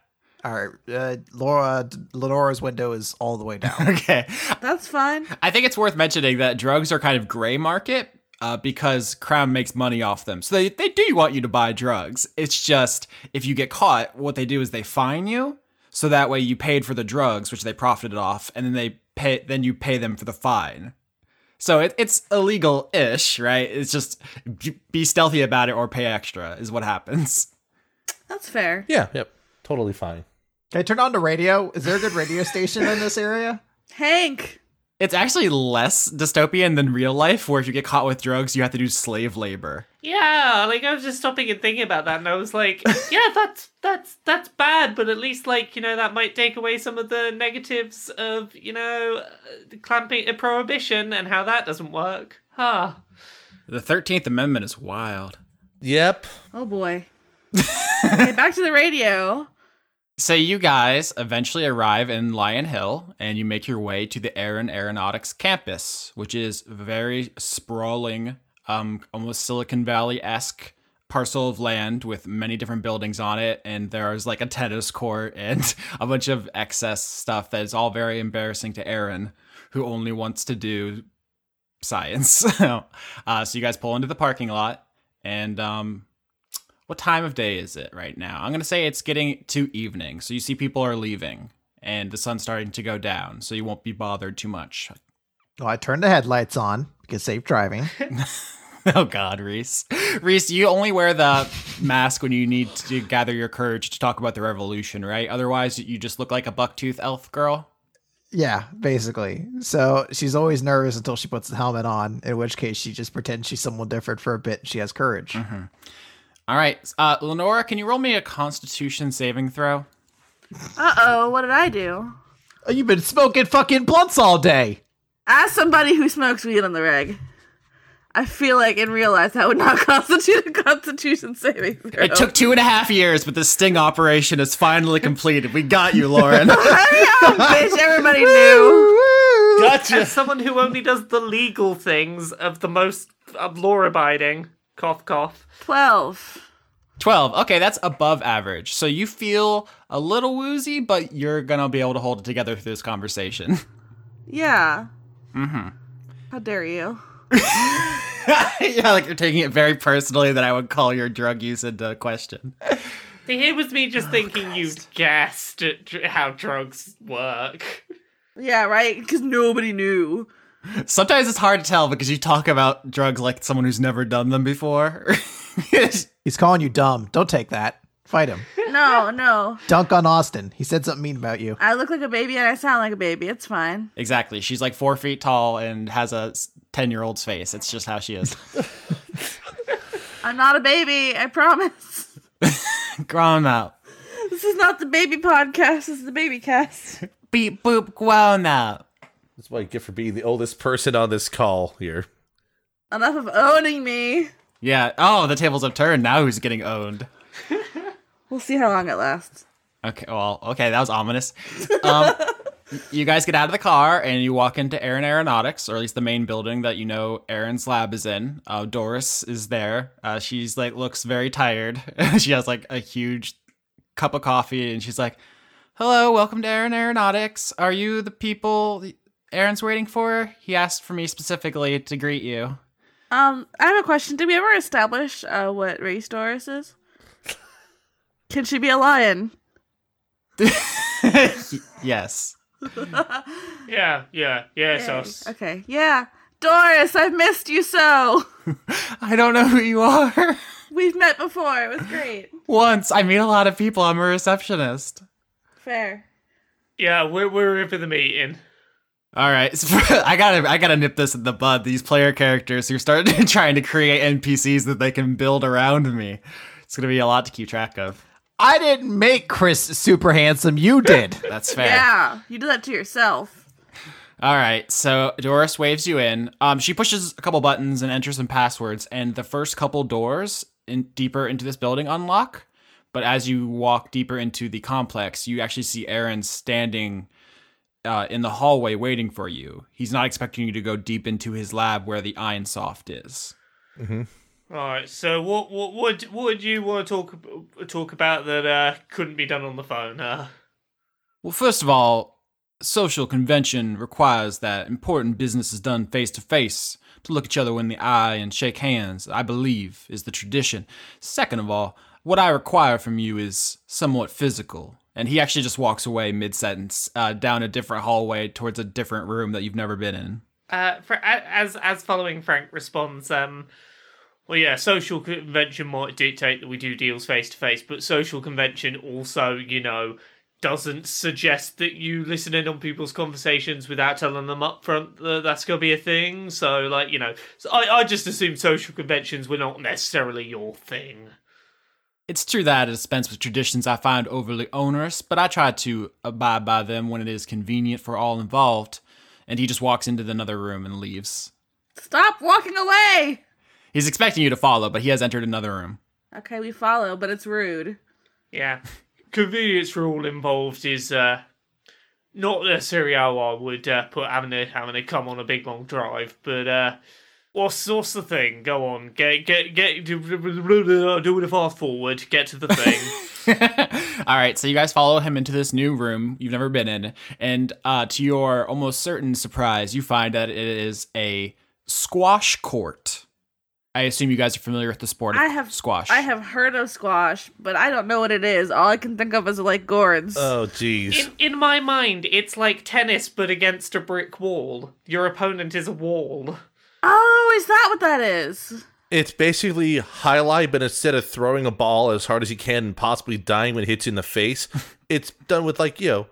All right. Uh, Laura, Lenora's window is all the way down.
Okay.
That's fine.
I think it's worth mentioning that drugs are kind of gray market uh, because Crown makes money off them. So they, they do want you to buy drugs. It's just if you get caught, what they do is they fine you. So that way you paid for the drugs, which they profited off, and then they pay then you pay them for the fine. So it, it's illegal ish, right? It's just b- be stealthy about it or pay extra is what happens.
That's fair.
Yeah, yep. Totally fine.
Can I turn on the radio? Is there a good radio station in this area?
Hank,
It's actually less dystopian than real life, where if you get caught with drugs, you have to do slave labor.
Yeah, like I was just stopping and thinking about that, and I was like, "Yeah, that's that's that's bad," but at least like you know that might take away some of the negatives of you know uh, clamping uh, prohibition and how that doesn't work. Huh.
The 13th Amendment is wild.
Yep.
Oh boy. okay, back to the radio.
So you guys eventually arrive in Lion Hill and you make your way to the Aaron Aeronautics campus, which is very sprawling, um, almost Silicon Valley esque parcel of land with many different buildings on it. And there's like a tennis court and a bunch of excess stuff that is all very embarrassing to Aaron, who only wants to do science. uh, so you guys pull into the parking lot and um, what time of day is it right now? I'm gonna say it's getting to evening, so you see people are leaving and the sun's starting to go down, so you won't be bothered too much.
Well, I turned the headlights on because safe driving.
oh God, Reese, Reese, you only wear the mask when you need to gather your courage to talk about the revolution, right? Otherwise, you just look like a bucktooth elf girl.
Yeah, basically. So she's always nervous until she puts the helmet on, in which case she just pretends she's someone different for a bit. And she has courage.
All right, uh, Lenora, can you roll me a Constitution saving throw?
Uh oh, what did I do?
Oh, you've been smoking fucking blunts all day.
As somebody who smokes weed on the reg, I feel like in real life that would not constitute a Constitution saving throw.
It took two and a half years, but the sting operation is finally completed. We got you, Lauren.
Hurry up, bitch! Everybody knew.
Gotcha.
As someone who only does the legal things of the most of law abiding, cough cough.
Twelve.
12. Okay, that's above average. So you feel a little woozy, but you're going to be able to hold it together through this conversation.
Yeah. Mm-hmm. How dare you?
yeah, like you're taking it very personally that I would call your drug use into question.
Here was me just thinking you guessed at dr- how drugs work.
Yeah, right. Because nobody knew.
Sometimes it's hard to tell because you talk about drugs like someone who's never done them before.
He's calling you dumb. Don't take that. Fight him.
No, no.
Dunk on Austin. He said something mean about you.
I look like a baby and I sound like a baby. It's fine.
exactly. She's like four feet tall and has a 10 year old's face. It's just how she is.
I'm not a baby. I promise.
Grown up.
This is not the baby podcast. This is the baby cast.
Beep boop grown up.
That's what I get for being the oldest person on this call here.
Enough of owning me.
Yeah. Oh, the tables have turned. Now who's getting owned?
We'll see how long it lasts.
Okay, well, okay, that was ominous. Um, you guys get out of the car and you walk into Aaron Aeronautics, or at least the main building that you know Aaron's lab is in. Uh, Doris is there. Uh, she's like looks very tired. she has like a huge cup of coffee, and she's like, "Hello, welcome to Aaron Aeronautics. Are you the people Aaron's waiting for? He asked for me specifically to greet you."
Um, I have a question. Did we ever establish uh, what race Doris is? Can she be a lion?
yes.
Yeah, yeah, yeah,
Yay.
Sos.
Okay, yeah. Doris, I've missed you so.
I don't know who you are.
We've met before. It was great.
Once I meet a lot of people, I'm a receptionist.
Fair.
Yeah, we're we're in for the meeting.
All right, so I gotta I gotta nip this in the bud. These player characters who start trying to create NPCs that they can build around me. It's gonna be a lot to keep track of.
I didn't make Chris super handsome. You did.
That's fair.
Yeah, you did that to yourself.
All right, so Doris waves you in. Um, she pushes a couple buttons and enters some passwords, and the first couple doors in deeper into this building unlock. But as you walk deeper into the complex, you actually see Aaron standing uh, in the hallway waiting for you. He's not expecting you to go deep into his lab where the Ironsoft is.
All right. So what what what d- what would you want to talk ab- talk about that uh, couldn't be done on the phone? Huh?
Well, first of all, social convention requires that important business is done face to face, to look each other in the eye and shake hands, I believe, is the tradition. Second of all, what I require from you is somewhat physical. And he actually just walks away mid sentence uh, down a different hallway towards a different room that you've never been in.
Uh, for, a- as as following Frank responds, um, well, yeah, social convention might dictate that we do deals face to face, but social convention also, you know, doesn't suggest that you listen in on people's conversations without telling them up front that that's gonna be a thing. So, like, you know, so I I just assumed social conventions were not necessarily your thing.
It's true that I dispense with traditions I find overly onerous, but I try to abide by them when it is convenient for all involved. And he just walks into another room and leaves.
Stop walking away.
He's expecting you to follow, but he has entered another room.
Okay, we follow, but it's rude.
Yeah. Convenience for all involved is uh, not necessarily how I would uh, put having to, having to come on a big long drive, but uh, what's, what's the thing? Go on, get get get do a fast forward, get to the thing.
All right, so you guys follow him into this new room you've never been in, and uh, to your almost certain surprise, you find that it is a squash court. I assume you guys are familiar with the sport of
I have-
squash.
I have heard of squash, but I don't know what it is. All I can think of is like gourds.
Oh, jeez.
in in my mind, it's like tennis but against a brick wall. Your opponent is a wall.
oh, is that what that is?
It's basically highlight, but instead of throwing a ball as hard as you can and possibly dying when it hits you in the face, it's done with like you know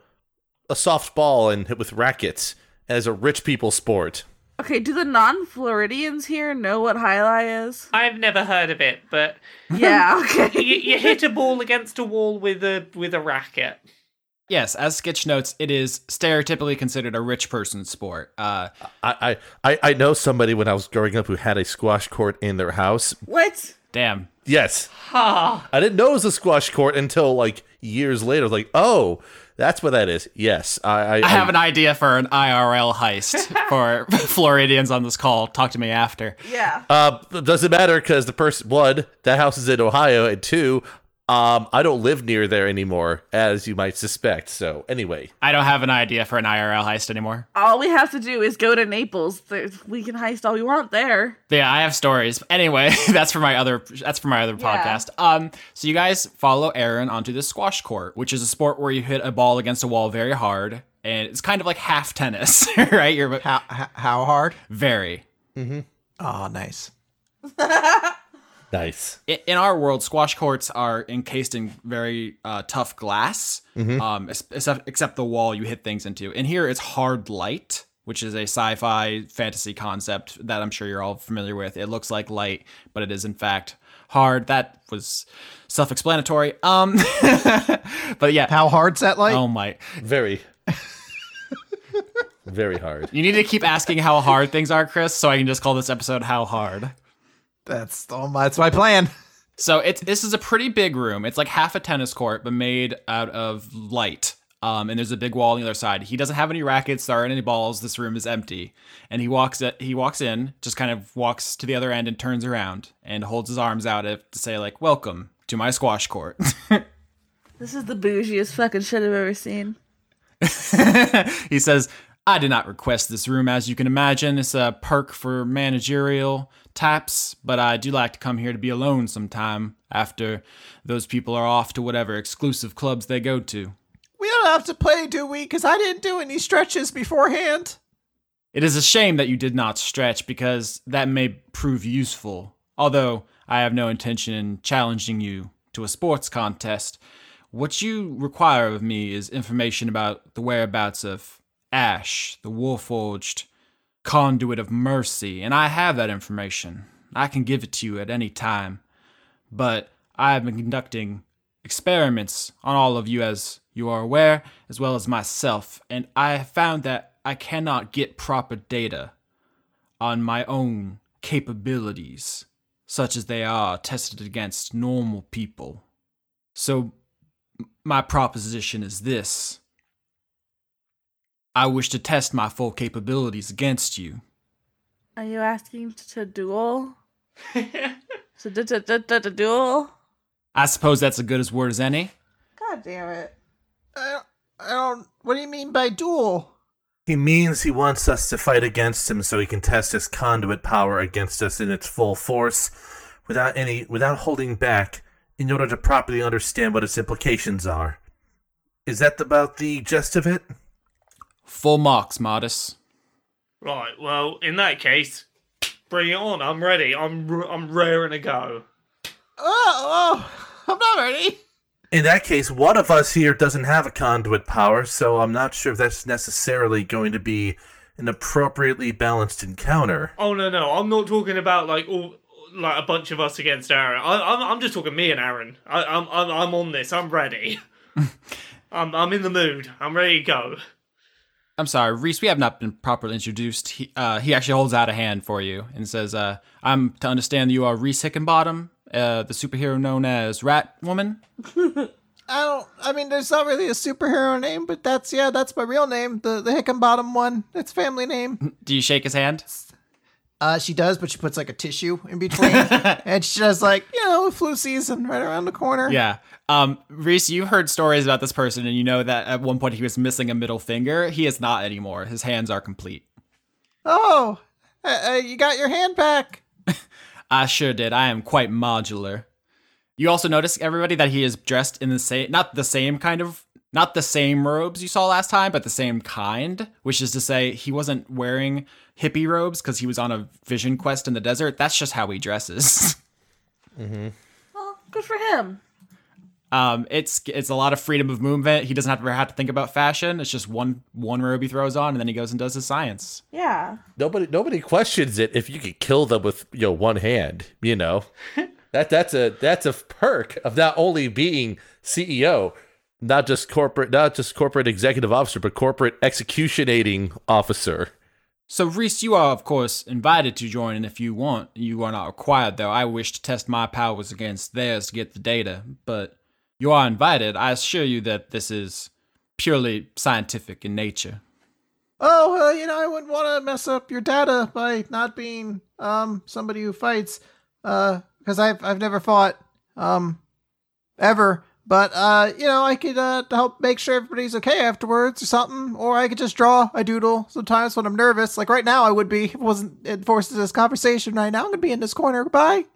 a soft ball and hit with rackets as a rich people sport.
Okay, do the non-Floridians here know what highlight is?
I've never heard of it, but
Yeah, okay.
you, you hit a ball against a wall with a with a racket.
yes, as Sketch notes, it is stereotypically considered a rich person's sport. Uh,
I, I I- I know somebody when I was growing up who had a squash court in their house.
What?
damn,
Yes,
Ha!
I didn't know it was a squash court until like years later. I was like, oh, that's what that is. Yes, I I,
I have an idea for an IRL heist for Floridians on this call. Talk to me after.
Yeah.
Uh, doesn't matter because the person one that house is in Ohio, and two, um, I don't live near there anymore, as you might suspect. So anyway,
I don't have an idea for an IRL heist anymore.
All we have to do is go to Naples. There's- We can heist all we want there.
Yeah, I have stories. Anyway, that's for my other that's for my other
Yeah.
podcast. Um, so you guys follow Aaron onto the squash court, which is a sport where you hit a ball against a wall very hard, and it's kind of like half tennis, right? You're
How, h- how hard?
very.
Oh, nice.
nice.
I- In our world, squash courts are encased in very uh, tough glass, um, ex- except, except the wall you hit things into. And here it's hard light, which is a sci-fi fantasy concept that I'm sure you're all familiar with. It looks like light, but it is in fact hard. That was self-explanatory. Um, but yeah,
How hard's that like?
oh my!
Very, very hard.
You need to keep asking how hard things are, Chris, so I can just call this episode "How Hard."
That's all my, that's my plan.
So it's this is a pretty big room. It's like half a tennis court, but made out of light. Um, and there's a big wall on the other side. He doesn't have any rackets, there aren't any balls. This room is empty. And he walks it. He walks in, just kind of walks to the other end and turns around and holds his arms out to say like, "Welcome to my squash court."
This is the bougiest fucking shit I've ever seen.
he says, I did not request this room, as you can imagine. It's a perk for managerial types, but I do like to come here to be alone sometime after those people are off to whatever exclusive clubs they go to.
We don't not up to play, do we? Because I didn't do any stretches beforehand.
It is a shame that you did not stretch because that may prove useful. Although I have no intention in challenging you to a sports contest, what you require of me is information about the whereabouts of Ash, the Warforged conduit of mercy, and I have that information. I can give it to you at any time. But I have been conducting experiments on all of you, as you are aware, as well as myself, and I have found that I cannot get proper data on my own capabilities, such as they are tested against normal people. So, m- my proposition is this I wish to test my full capabilities against you.
Are you asking t- to duel? To d- d- d- d- d- duel?
I suppose that's as good as word as any.
God damn it.
I don't, I don't. What do you mean by duel?
He means he wants us to fight against him so he can test his conduit power against us in its full force without any without holding back in order to properly understand what its implications are. Is that about the gist of it?
Full marks, Modus.
Right. Well, in that case, bring it on. I'm ready. I'm r- I'm raring to go.
Oh, oh, I'm not ready.
In that case, one of us here doesn't have a conduit power, so I'm not sure if that's necessarily going to be an appropriately balanced encounter.
Oh no no! I'm not talking about like all like a bunch of us against Aaron. I, I'm I'm just talking me and Aaron. I, I'm I'm I'm on this. I'm ready. I'm I'm in the mood. I'm ready to go.
I'm sorry, Reese, we have not been properly introduced. He, uh, he actually holds out a hand for you and says, uh, I'm to understand that you are Reese Hickenbottom, uh, the superhero known as Rat Woman.
I don't. I mean, there's not really a superhero name, but that's yeah, that's my real name, the the Hickenbottom one. It's family name.
Do you shake his hand?
Uh, she does, but she puts like a tissue in between, and she does like you know flu season right around the corner.
Yeah. Um, Reese, you heard stories about this person and you know that at one point he was missing a middle finger. He is not anymore. His hands are complete.
Oh, uh, uh, you got your hand back.
I sure did. I am quite modular. You also notice everybody that he is dressed in the same not the same kind of not the same robes you saw last time, but the same kind, which is to say he wasn't wearing hippie robes because he was on a vision quest in the desert. That's just how he dresses.
Well, good for him.
Um, it's it's a lot of freedom of movement. He doesn't have to have to think about fashion. It's just one one robe he throws on, and then he goes and does his science.
Yeah.
Nobody nobody questions it if you could kill them with you know one hand, you know. that that's a that's a perk of not only being CEO, not just corporate not just corporate executive officer, but corporate executionating officer.
So Reese, you are of course invited to join, if you want. You are not required, though. I wish to test my powers against theirs to get the data, but you are invited. I assure you that this is purely scientific in nature.
Oh well, you know I wouldn't want to mess up your data by not being um somebody who fights, uh, because I've I've never fought um ever. But uh, you know I could uh help make sure everybody's okay afterwards or something, or I could just draw a doodle sometimes when I'm nervous. Like right now I would be if it wasn't forced to this conversation right now. I'm gonna be in this corner. Bye.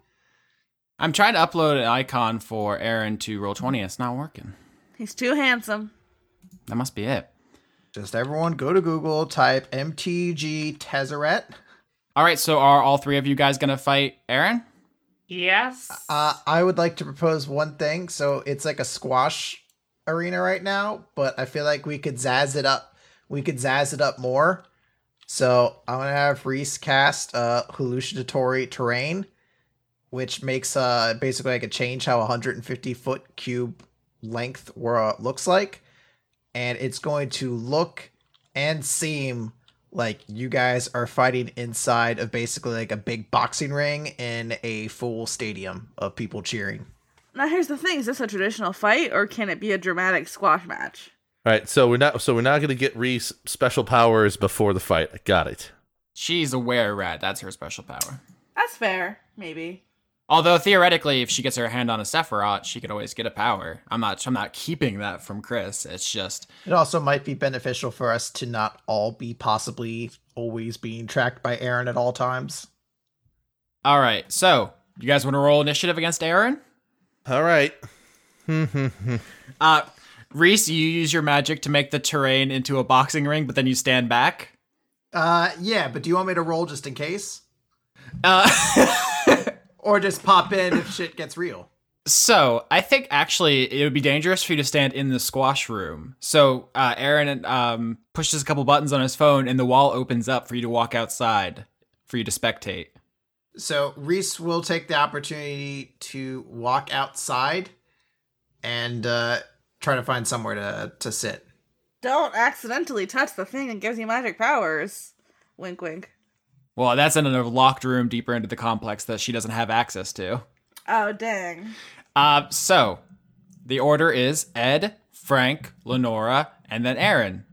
I'm trying to upload an icon for Aaron to roll twenty. It's not working.
He's too handsome.
That must be it.
Just everyone go to Google, type MTG Tezzeret.
All right. So are all three of you guys gonna fight Aaron?
Yes.
Uh, I would like to propose one thing. So it's like a squash arena right now, but I feel like we could zazz it up. We could zazz it up more. So I'm gonna have Reese cast uh, hallucinatory terrain, which makes uh basically I could change how a 150 foot cube length wor- looks like, and it's going to look and seem like you guys are fighting inside of basically like a big boxing ring in a full stadium of people cheering.
Now here's the thing: is this a traditional fight, or can it be a dramatic squash match?
All right, so we're not so we're not gonna get Reese special powers before the fight. I got it.
She's a were rat. That's her special power.
That's fair, maybe.
Although theoretically, if she gets her hand on a Sephiroth, she could always get a power. I'm not. I'm not keeping that from Chris. It's just
It also might be beneficial for us to not all be possibly always being tracked by Aaron at all times.
all right. So you guys want to roll initiative against Aaron?
All right.
Uh, Reese, you use your magic to make the terrain into a boxing ring, but then you stand back.
Uh, yeah, but do you want me to roll just in case,
Uh,
or just pop in if shit gets real?
so I think actually it would be dangerous for you to stand in the squash room. So uh, Aaron um, pushes a couple buttons on his phone, and the wall opens up for you to walk outside, for you to spectate.
So Reese will take the opportunity to walk outside and uh, try to find somewhere to to sit.
Don't accidentally touch the thing that gives you magic powers. Wink, wink.
Well, that's in a locked room deeper into the complex that she doesn't have access to.
Oh, dang.
Uh, so the order is Ed, Frank, Lenora, and then Aaron.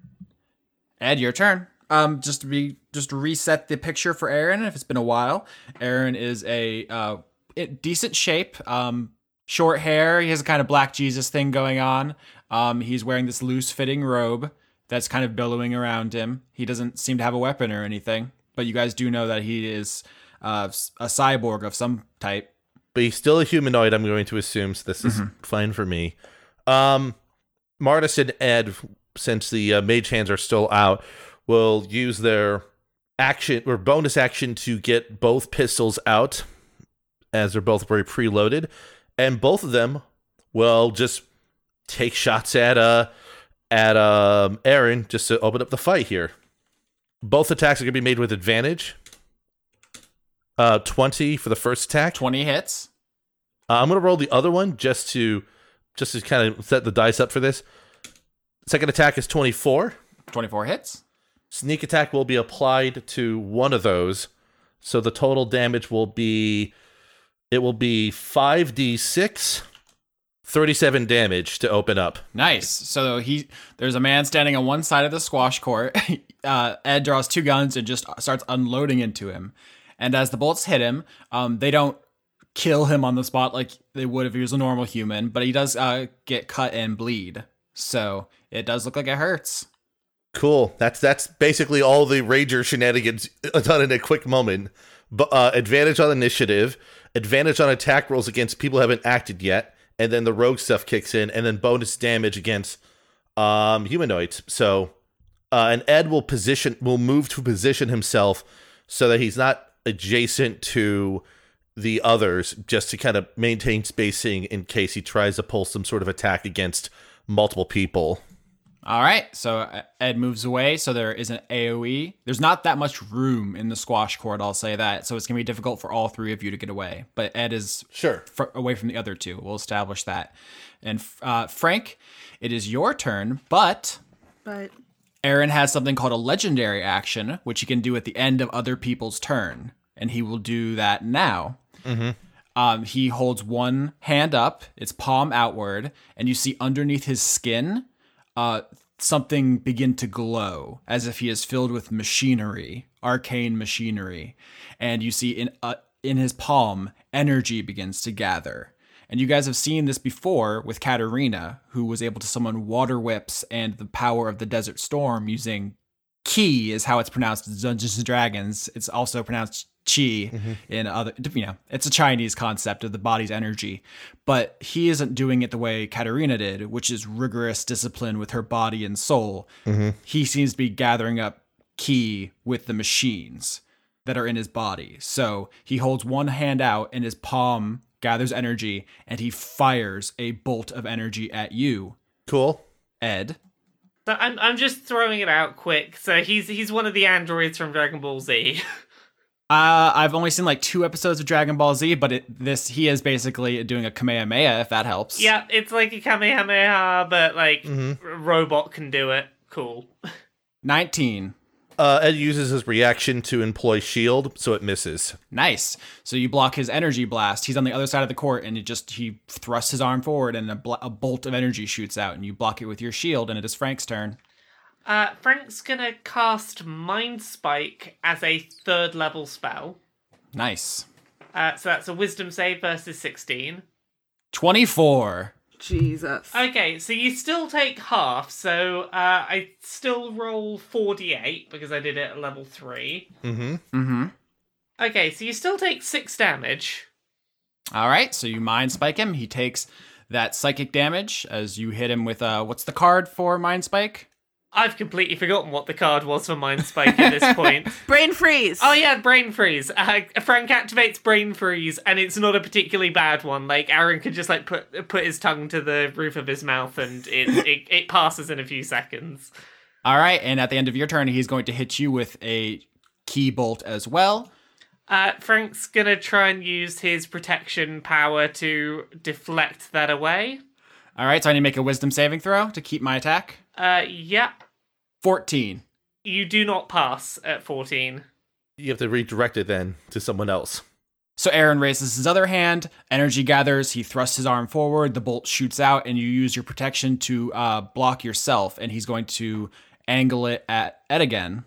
Ed, your turn. Um, just to be just to reset the picture for Aaron. If it's been a while, Aaron is a uh i- decent shape. Um, short hair. He has a kind of black Jesus thing going on. Um, he's wearing this loose fitting robe that's kind of billowing around him. He doesn't seem to have a weapon or anything, but you guys do know that he is uh s- a cyborg of some type.
but he's still a humanoid. I'm going to assume so this is fine for me. Um, Martis and Ed, since the uh, mage hands are still out, will use their action or bonus action to get both pistols out, as they're both very preloaded, and both of them will just take shots at uh at um Aaron just to open up the fight here. Both attacks are going to be made with advantage. Uh, twenty for the first attack.
Twenty hits.
Uh, I'm gonna roll the other one just to just to kind of set the dice up for this. Second attack is 24.
Twenty four hits.
Sneak attack will be applied to one of those, so the total damage will be it will be 5d6, 37 damage to open up.
Nice. So he there's a man standing on one side of the squash court. uh, Ed draws two guns and just starts unloading into him. And as the bullets hit him, um, they don't kill him on the spot like they would if he was a normal human, but he does uh, get cut and bleed. So it does look like it hurts.
Cool. That's that's basically all the Ranger shenanigans uh, done in a quick moment. But uh, advantage on initiative, advantage on attack rolls against people who haven't acted yet, and then the rogue stuff kicks in, and then bonus damage against um, humanoids. So, uh, and Ed will position will move to position himself so that he's not adjacent to the others, just to kind of maintain spacing in case he tries to pull some sort of attack against multiple people.
All right. So uh, Ed moves away. So there is an AoE. There's not that much room in the squash court, I'll say that. So it's going to be difficult for all three of you to get away. But Ed is
Sure.
fr- away from the other two. We'll establish that. And uh, Frank, it is your turn, but
But
Aaron has something called a legendary action, which he can do at the end of other people's turn, and he will do that now. Um, he holds one hand up, its palm outward, and you see underneath his skin uh, something begin to glow as if he is filled with machinery, arcane machinery. And you see in, uh, in his palm, energy begins to gather. And you guys have seen this before with Katarina, who was able to summon water whips and the power of the desert storm using ki is how it's pronounced in Dungeons and Dragons. It's also pronounced chi in other you know, it's a Chinese concept of the body's energy. But he isn't doing it the way Katarina did, which is rigorous discipline with her body and soul. He seems to be gathering up ki with the machines that are in his body. So he holds one hand out and his palm gathers energy and he fires a bolt of energy at you,
Cool.
Ed.
So I'm I'm just throwing it out quick. So he's he's one of the androids from Dragon Ball Z.
Uh, I've only seen like two episodes of Dragon Ball Z, but it, this he is basically doing a Kamehameha, if that helps.
yeah, it's like a Kamehameha, but like r- robot can do it. Cool.
nineteen.
Uh, Ed uses his reaction to employ shield, E so it misses.
Nice. So you block his energy blast. He's on the other side of the court, and it just he thrusts his arm forward, and a, bl- a bolt of energy shoots out, and you block it with your shield, and it is Frank's turn.
Uh, Frank's gonna cast Mind Spike as a third level spell.
Nice.
Uh, so that's a Wisdom save versus sixteen.
Twenty-four.
Jesus.
Okay, so you still take half. So uh, I still roll forty-eight because I did it at level three.
Mm-hmm.
Mm-hmm.
Okay, so you still take six damage.
All right. So you mind spike him. He takes that psychic damage as you hit him with uh, what's the card for Mind Spike?
I've completely forgotten what the card was for Mind Spike at this point.
Brain freeze.
Oh yeah, brain freeze. Uh, Frank activates brain freeze, and it's not a particularly bad one. Like Aaron could just like put put his tongue to the roof of his mouth, and it it, it passes in a few seconds.
All right, and at the end of your turn, he's going to hit you with a key bolt as well.
Uh, Frank's gonna try and use his protection power to deflect that away.
All right, so I need to make a wisdom saving throw to keep my attack.
Uh, yeah,
14.
you do not pass at fourteen.
You have to redirect it then to someone else.
So Aaron raises his other hand, energy gathers, he thrusts his arm forward, the bolt shoots out, and you use your protection to uh, block yourself, and he's going to angle it at Ed again.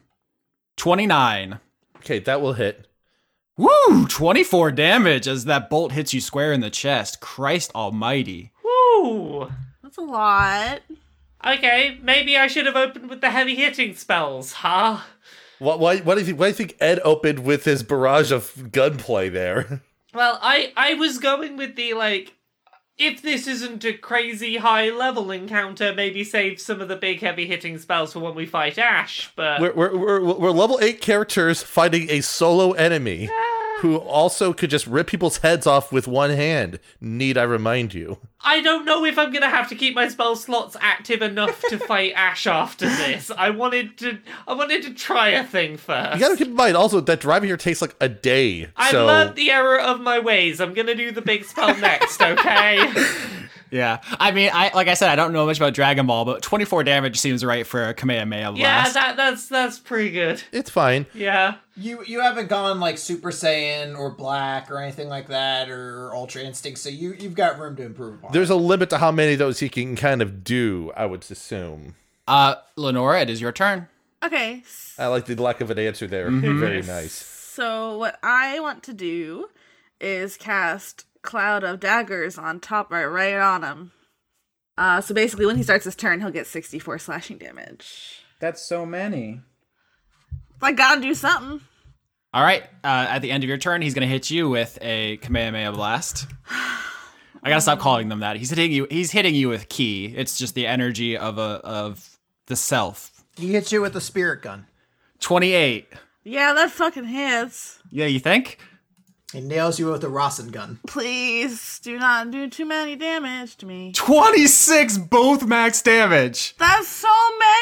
29.
Okay, that will hit.
Woo! 24 damage as that bolt hits you square in the chest. Christ almighty.
Woo!
That's a lot.
Okay, maybe I should have opened with the heavy hitting spells, huh?
What? Why? Why do you think? Why do you think Ed opened with his barrage of gunplay there?
Well, I I was going with the like if this isn't a crazy high level encounter, maybe save some of the big heavy hitting spells for when we fight Ash, but
We're we're we're, we're level eight characters fighting a solo enemy who also could just rip people's heads off with one hand. Need I remind you?
I don't know if I'm gonna have to keep my spell slots active enough to fight Ash after this. I wanted to I wanted to try a thing first.
You gotta keep in mind also that driving here takes like a day.
I've
so
learned the error of my ways. I'm gonna do the big spell next, okay?
Yeah. I mean, I like I said, I don't know much about Dragon Ball, but 24 damage seems right for a Kamehameha
yeah,
blast.
that that's that's pretty good.
it's fine.
Yeah.
You you haven't gone like Super Saiyan or Black or anything like that or Ultra Instinct, so you you've got room to improve upon.
There's a limit to how many of those he can kind of do. I would assume.
uh, Lenora, it is your turn.
Okay.
I like the lack of an answer there. Very nice.
So what I want to do is cast cloud of daggers on top right right on him. Uh, so basically, when he starts his turn, he'll get sixty-four slashing damage.
That's so many.
I gotta do something.
All right. Uh, at the end of your turn, he's going to hit you with a Kamehameha blast. I gotta stop calling them that. He's hitting you. He's hitting you with ki. It's just the energy of a of the self.
He hits you with a spirit gun.
Twenty eight.
Yeah, that fucking hits.
Yeah, you think?
He nails you with a Rasen gun.
Please do not do too many damage to me.
Twenty six. Both max damage.
That's so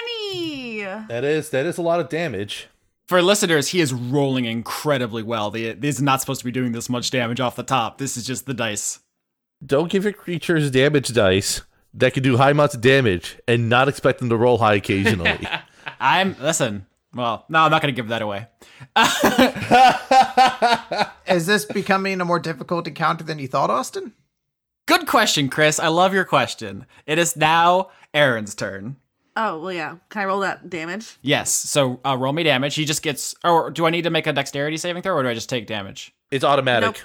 many.
That is that is a lot of damage.
For listeners, he is rolling incredibly well. The this is not supposed to be doing this much damage off the top. This is just the dice.
Don't give your creatures damage dice that can do high amounts of damage and not expect them to roll high occasionally.
I'm listen. Well, no, I'm not gonna give that away.
Is this becoming a more difficult encounter than you thought, Austin?
Good question, Chris. I love your question. It is now Aaron's turn.
Oh well, yeah. Can I roll that damage?
Yes. So uh, roll me damage. He just gets. Or do I need to make a dexterity saving throw, or do I just take damage?
it's automatic.
Nope.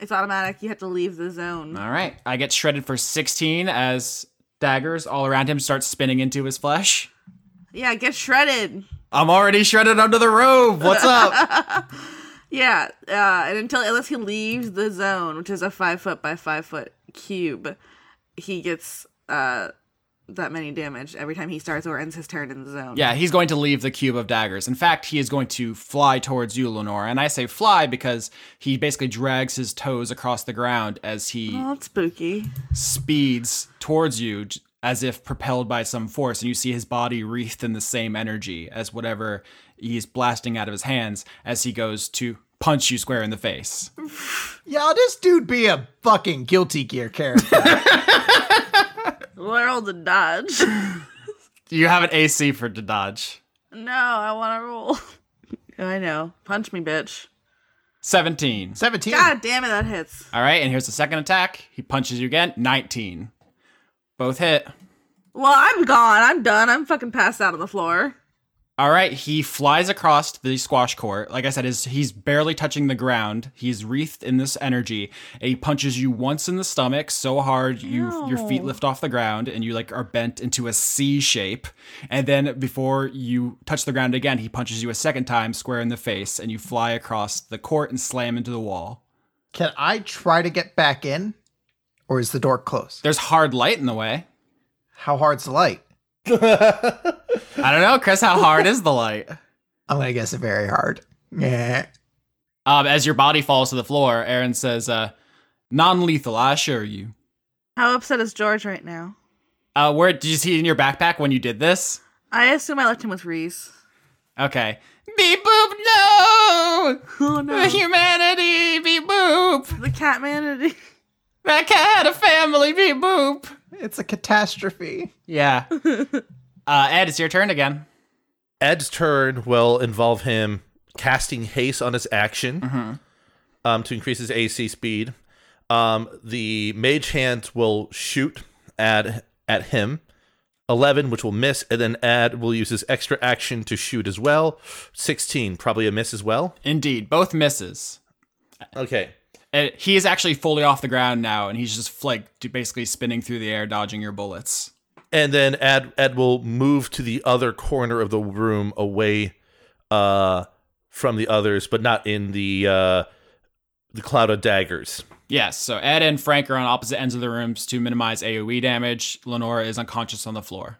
It's automatic. You have to leave the zone.
All right. I get shredded for 16 as daggers all around him start spinning into his flesh.
Yeah, get shredded.
I'm already shredded under the robe. What's up?
Yeah, uh, and until unless he leaves the zone, which is a five foot by five foot cube, he gets uh, that many damage every time he starts or ends his turn in the zone.
yeah, he's going to leave the cube of daggers. In fact, he is going to fly towards you, Lenora. And I say fly because he basically drags his toes across the ground as he
well, that's spooky.
speeds towards you j- as if propelled by some force, and you see his body wreathed in the same energy as whatever he's blasting out of his hands as he goes to punch you square in the face.
Y'all, this dude be a fucking guilty gear character.
Roll the dodge.
You have an AC for to dodge.
no, I want to roll. I know. Punch me, bitch.
17.
17.
God damn it, that hits.
All right, and here's the second attack. He punches you again. 19. Both hit.
Well, I'm gone. I'm done. I'm fucking passed out on the floor.
All right, he flies across the squash court. Like I said, his, he's barely touching the ground. He's wreathed in this energy. And he punches you once in the stomach so hard you your feet lift off the ground and you like are bent into a C shape. And then before you touch the ground again, he punches you a second time square in the face and you fly across the court and slam into the wall.
Can I try to get back in? Or is the door closed?
There's hard light in the way.
How hard's the light?
I don't know, Chris. How hard is the light?
I'm gonna guess it very hard. Yeah.
Um, as your body falls to the floor, Aaron says, uh, "Non-lethal, I assure you."
How upset is George right now?
Uh, where did you see it in your backpack when you did this?
I assume I left him with Reese.
Okay. Beep boop no!
Oh no,
The humanity beep boop.
the cat manatee.
That cat a family beep boop.
It's a catastrophe.
Yeah. uh, Ed, it's your turn again.
Ed's turn will involve him casting haste on his action um, to increase his AC speed. Um, the mage hand will shoot at at him. Eleven, which will miss, and then Ed will use his extra action to shoot as well. Sixteen, probably a miss as well.
Indeed, both misses.
Okay,
Uh, he is actually fully off the ground now, and he's just like d- basically spinning through the air, dodging your bullets.
and then Ed Ed will move to the other corner of the room, away uh, from the others, but not in the uh, the cloud of daggers.
Yes, so Ed and Frank are on opposite ends of the rooms to minimize AoE damage. Lenora is unconscious on the floor.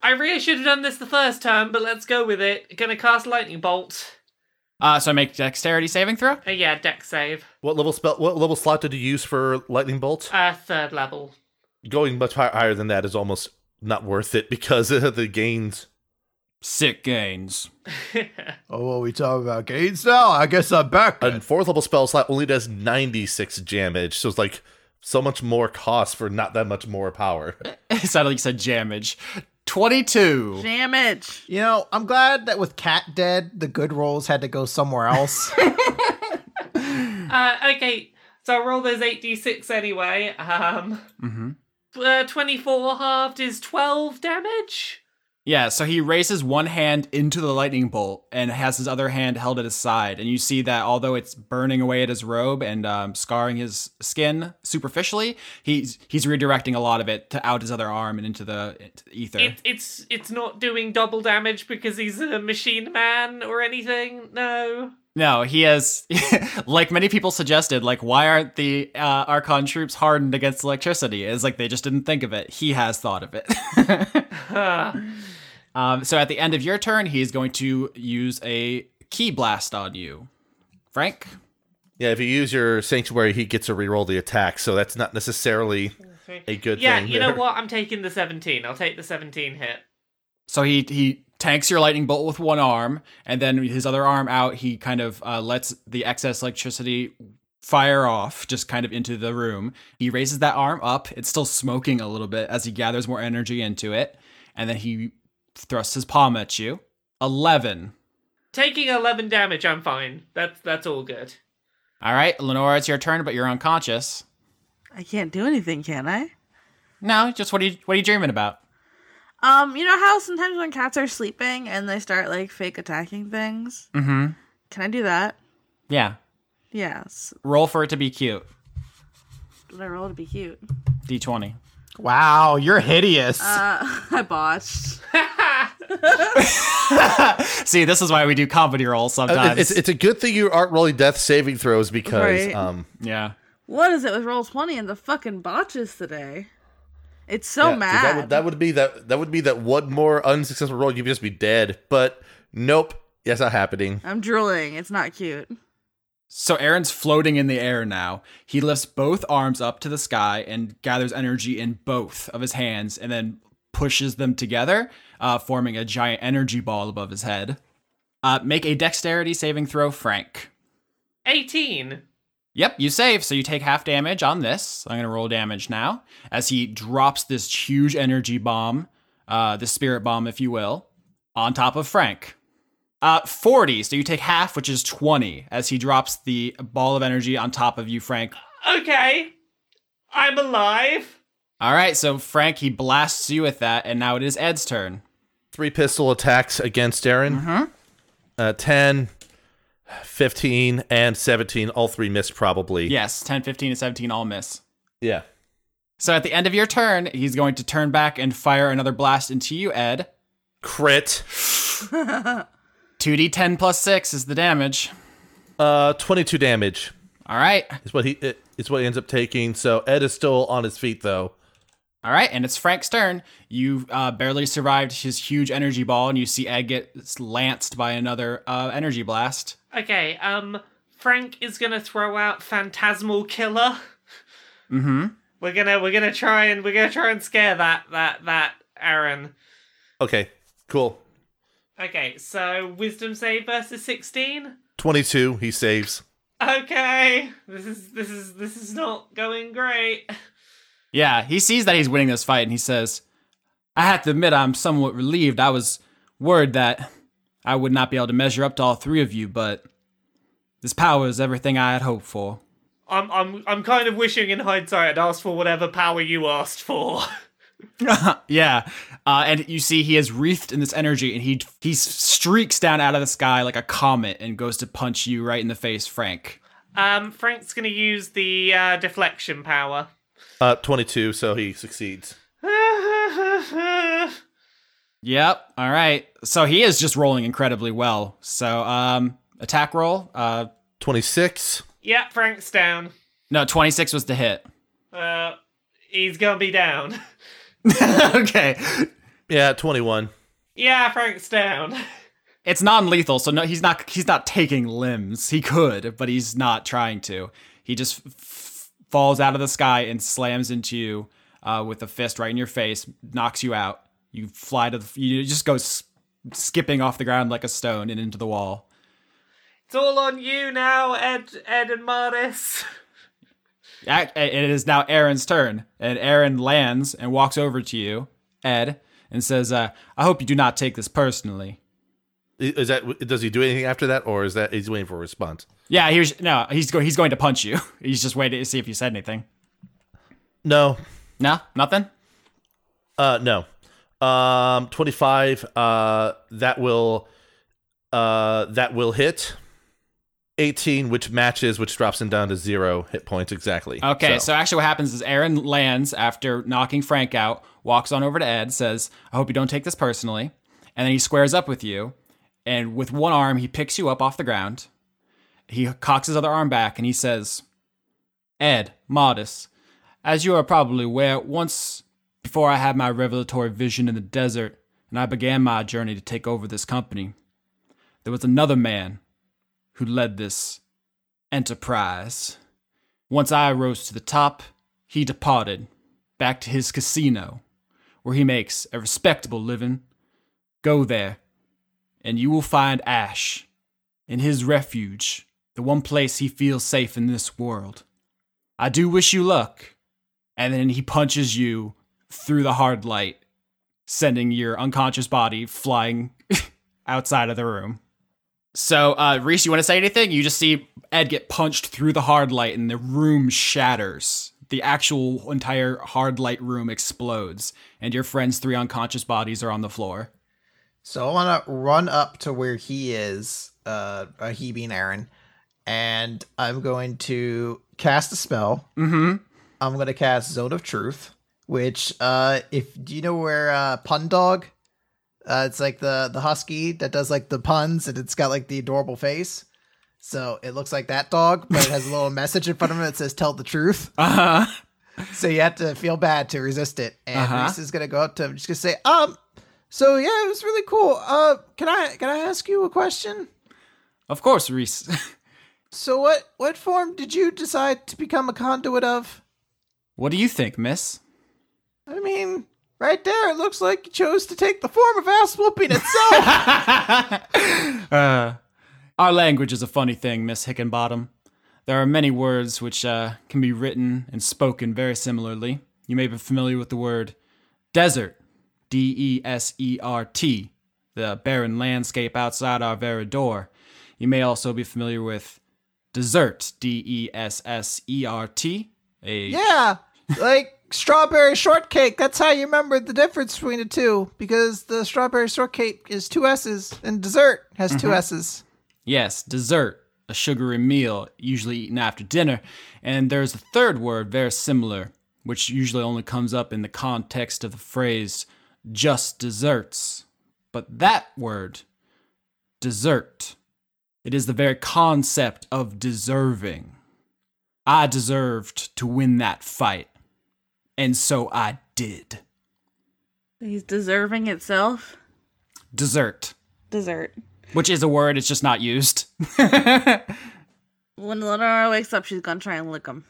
I really should have done this the first time, but let's go with it. Gonna cast lightning bolt.
Uh, so make dexterity saving throw.
Uh, yeah, deck save.
What level spell? What level slot did you use for lightning bolt?
Uh, third level.
Going much hi- higher than that is almost not worth it because of the gains.
Sick gains.
Uh,
Oh, what are we talking about? Gains now? I guess I'm back.
A fourth level spell slot only does ninety six damage, so it's like so much more cost for not that much more power.
it sounded like you said jammage. 22.
Damage.
you know, I'm glad that with Cat dead, the good rolls had to go somewhere else.
Uh, okay, so I'll roll those 8d6 anyway. Um,
Mm-hmm.
uh, 24 halved is 12 damage.
Yeah, so he raises one hand into the lightning bolt and has his other hand held at his side. And you see that although it's burning away at his robe and um, scarring his skin superficially, he's he's redirecting a lot of it to out his other arm and into the into the ether.
It, it's it's not doing double damage because he's a machine man or anything. No.
no, he has, like many people suggested, like, why aren't the uh, Archon troops hardened against electricity? It's like they just didn't think of it. He has thought of it.
Uh,
Um, so at the end of your turn, he's going to use a key blast on you, Frank.
yeah, if you use your sanctuary, he gets to reroll the attack, so that's not necessarily a good
yeah,
thing.
you know
there.
what? I'm taking the 17. I'll take the 17 hit.
So he he tanks your lightning bolt with one arm, and then his other arm out, he kind of uh, lets the excess electricity fire off just kind of into the room. He raises that arm up. It's still smoking a little bit as he gathers more energy into it, and then he thrusts his palm at you. 11.
Taking 11 damage, I'm fine. That's that's all good.
All right, Lenora, it's your turn, but you're unconscious.
I can't do anything, can I?
No, just what are you what are you dreaming about?
Um, you know how sometimes when cats are sleeping and they start like fake attacking things?
Mm-hmm.
Can I do that?
Yeah.
Yes.
Roll for it to be cute.
Did I roll to be cute?
D20.
wow, you're hideous.
Uh, I botched.
See, this is why we do comedy rolls
Uh,
sometimes.
it's, it's a good thing you aren't rolling death saving throws because
Right.
um,
yeah.
What is it with roll twenty and the fucking botches today? It's so
yeah, 'cause
mad.
That would, that would be that that would be that one more unsuccessful roll, you'd just be dead. But nope, that's not happening.
I'm drooling. It's not cute.
So Aaron's floating in the air now. He lifts both arms up to the sky and gathers energy in both of his hands and then pushes them together, uh, forming a giant energy ball above his head. Uh, make a dexterity saving throw, Frank.
18.
Yep, you save, so you take half damage on this. I'm gonna roll damage now as he drops this huge energy bomb, uh, the spirit bomb, if you will, on top of Frank. Uh, 40, so you take half, which is 20, as he drops the ball of energy on top of you, Frank.
Okay. I'm alive.
All right, so Frank, he blasts you with that, and now it is Ed's turn.
Three pistol attacks against Aaron.
Mm-hmm.
Uh, 10, 15, and 17. All three missed, probably.
Yes, 10, 15, and 17 all miss.
Yeah.
So at the end of your turn, he's going to turn back and fire another blast into you, Ed.
Crit.
2d10 plus 6 is the damage.
Uh, 22 damage
All right.
is what he. It, is what he ends up taking. So Ed is still on his feet though.
All right, and it's Frank's turn. You uh, barely survived his huge energy ball, and you see Ed get lanced by another uh, energy blast.
Okay, um, Frank is gonna throw out Phantasmal Killer.
Mm-hmm.
We're gonna we're gonna try and we're gonna try and scare that that that Aaron.
Okay, cool.
Okay, so wisdom save versus sixteen.
Twenty-two. He saves.
Okay, this is this is this is not going great.
Yeah, he sees that he's winning this fight, and he says, "I have to admit, I'm somewhat relieved. I was worried that I would not be able to measure up to all three of you, but this power is everything I had hoped for."
I'm I'm I'm kind of wishing in hindsight I'd asked for whatever power you asked for.
yeah, uh, and you see he is wreathed in this energy, and he he streaks down out of the sky like a comet and goes to punch you right in the face, Frank.
Um, Frank's gonna use the uh, deflection power.
Uh, twenty-two. So he succeeds.
Yep. All right. So he is just rolling incredibly well. So um, attack roll. Uh,
Twenty-six.
yeah, Frank's down.
no, twenty six was the hit.
Uh, he's gonna be down.
okay.
Yeah, twenty-one.
yeah, Frank's down.
It's non lethal, so no, he's not. He's not taking limbs. He could, but he's not trying to. He just f- f- falls out of the sky and slams into you uh, with a fist right in your face, knocks you out. You fly to the. You just go s- skipping off the ground like a stone and into the wall.
It's all on you now, Ed, Ed and Martis.
Ac- It is now Aaron's turn, and Aaron lands and walks over to you, Ed, and says, uh, "I hope you do not take this personally."
Is that? Does he do anything after that, or is that he's waiting for a response?
Yeah, here's no. He's go- he's going to punch you. he's just waiting to see if you said anything.
No.
No, nothing.
Uh, no. Um, twenty-five. Uh, that will. Uh, that will hit. Eighteen, which matches, which drops him down to zero hit points exactly.
Okay, so. actually, what happens is Aaron lands after knocking Frank out, walks on over to Ed, says, I hope you don't take this personally. And then he squares up with you, and with one arm, he picks you up off the ground. He cocks his other arm back and he says, Ed, Modest, as you are probably aware, once before I had my revelatory vision in the desert and I began my journey to take over this company, there was another man who led this enterprise. Once I rose to the top, he departed back to his casino, where he makes a respectable living. Go there, and you will find Ash in his refuge, the one place he feels safe in this world. I do wish you luck. And then he punches you through the hard light, sending your unconscious body flying outside of the room. So, uh, Reese, you want to say anything? You just see Ed get punched through the hard light and the room shatters. The actual entire hard light room explodes, and your friend's three unconscious bodies are on the floor.
So I want to run up to where he is, uh, uh, he being Aaron, and I'm going to cast a spell.
Mm hmm.
I'm going to cast Zone of Truth, which, uh, if do you know where uh, Pun Dog? Uh, it's like the the husky that does like the puns, and it's got like the adorable face. So it looks like that dog, but it has a little message in front of it that says "Tell the truth."
Uh huh.
So you have to feel bad to resist it. And
Uh-huh.
Reese is gonna go up to him, just gonna say, um, so yeah, it was really cool. Uh, can I can I ask you a question?
Of course, Reese.
So what what form did you decide to become a conduit of?
what do you think, miss?
I mean, right there, it looks like you chose to take the form of ass whooping itself.
Uh, our language is a funny thing, Miss Hickenbottom. There are many words which uh, can be written and spoken very similarly. You may be familiar with the word desert, D E S E R T, the barren landscape outside our very door. You may also be familiar with desert, D E S S E R T, a
yeah, like strawberry shortcake. That's how you remember the difference between the two, because the strawberry shortcake is two s's, and dessert has two s's.
Yes, dessert, a sugary meal, usually eaten after dinner. And there's a third word very similar, which usually only comes up in the context of the phrase just desserts. But that word, dessert, it is the very concept of deserving. I deserved to win that fight. And so I did.
He's deserving itself.
Dessert,
Dessert.
which is a word, it's just not used.
When Lenora wakes up, she's gonna try and lick him.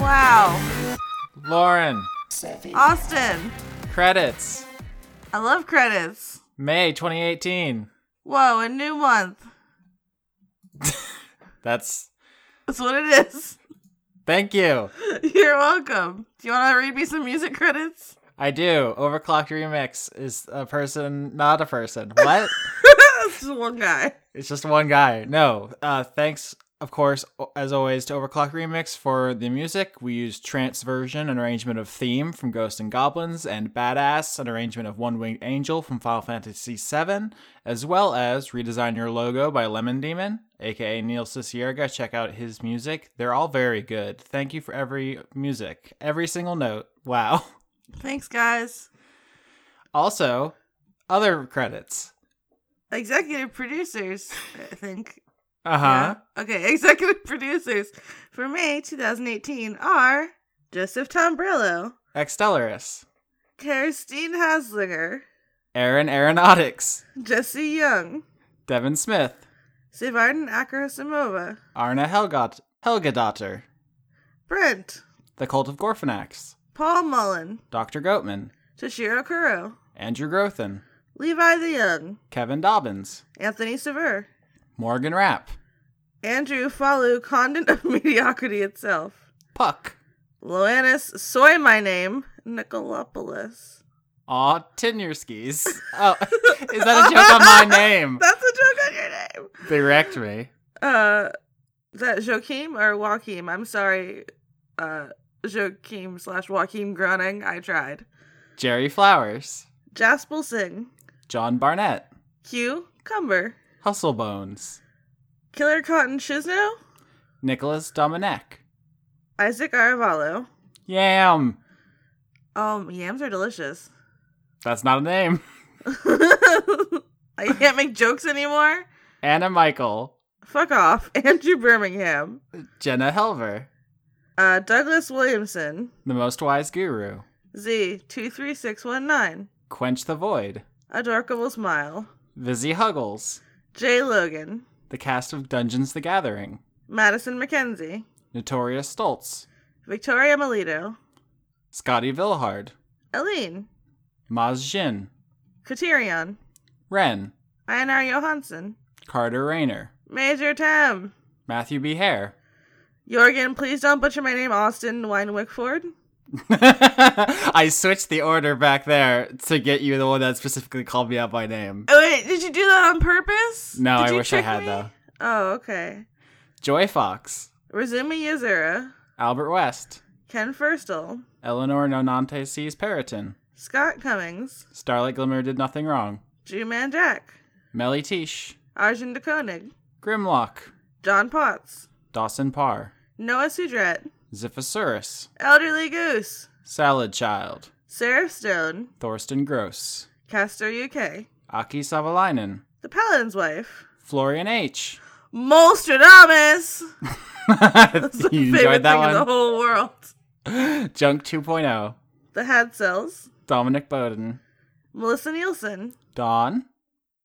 Wow.
Lauren,
Austin,
credits,
I love credits.
May 2018.
Whoa, a new month.
That's.
That's what it is.
Thank you.
You're welcome. Do you want to read me some music credits?
I do. Overclocked Remix is a person, not a person. What?
That's the one guy.
It's just one guy. No. Uh, thanks, of course, o- as always, to Overclock Remix for the music. We used Trance Version, an arrangement of Theme from Ghosts and Goblins, and Badass, an arrangement of One Winged Angel from Final Fantasy VII, as well as Redesign Your Logo by Lemon Demon, aka Neil Cicierga. Check out his music. They're all very good. Thank you for every music, every single note. Wow.
Thanks, guys.
Also, other credits.
Executive producers, I think.
Uh huh.
Yeah. Okay, executive producers for May 2018 are Joseph Tombrello,
Extellaris,
Kirstine Haslinger,
Aaron Aeronautics,
Jesse Young,
Devin Smith,
Sivarden Akarasimova,
Arna Helgot, Helgadotter,
Brent,
The Cult of Gorfanax,
Paul Mullen,
Dr. Goatman,
Toshiro Kuro,
Andrew Grothin,
Levi the Young,
Kevin Dobbins,
Anthony Sever,
Morgan Rapp,
Andrew Falu, Condon of Mediocrity itself,
Puck,
Loannis Soy My Name, Nicolopoulos.
Aw, Tinierskis. Oh, is that a joke on my name?
That's a joke on your name!
They wrecked me.
Uh, that Joachim or Joachim? I'm sorry, uh, Joachim slash Joachim Groning. I tried.
Jerry Flowers,
Jaspel Singh,
John Barnett,
Q Cumber,
Hustlebones,
Killer Cotton Shizno,
Nicholas Dominic,
Isaac Aravalo.
Yam.
Um, yams are delicious.
That's not a name.
I can't make jokes anymore.
Anna Michael,
Fuck off, Andrew Birmingham,
Jenna Helver,
uh, Douglas Williamson,
The Most Wise Guru,
Z two three six one nine,
Quench the Void,
Adorkable Smile,
Vizzy Huggles,
Jay Logan,
the cast of Dungeons the Gathering,
Madison McKenzie,
Notorious Stoltz,
Victoria Melito,
Scotty Vilhard,
Aline,
Maz Jin,
Katerion,
Ren,
Einar Johansson,
Carter Rayner,
Major Tam,
Matthew B. Hare,
Jorgen, please don't butcher my name, Austin Winewickford,
I switched the order back there to get you the one that specifically called me out by name.
Oh, wait, did you do that on purpose?
No,
Did
I
you
wish I
trick
had
me?
though.
Oh, okay.
Joy Fox,
Razumi Yazura,
Albert West,
Ken Furstel,
Eleanor Nonante sees Periton,
Scott Cummings,
Starlight Glimmer did nothing wrong,
Jew Man Jack,
Melly Teesh,
Arjun de Koenig,
Grimlock,
John Potts,
Dawson Parr,
Noah Sudret,
Ziphosaurus,
Elderly Goose,
Salad Child,
Seraph Stone,
Thorsten Gross,
Castor UK,
Aki Savalainen,
The Paladin's Wife,
Florian H.
Molstradamus!
you
favorite
enjoyed that
thing in the
one?
whole world.
Junk 2.0,
The Hadsells,
Dominic Bowden,
Melissa Nielsen,
Don,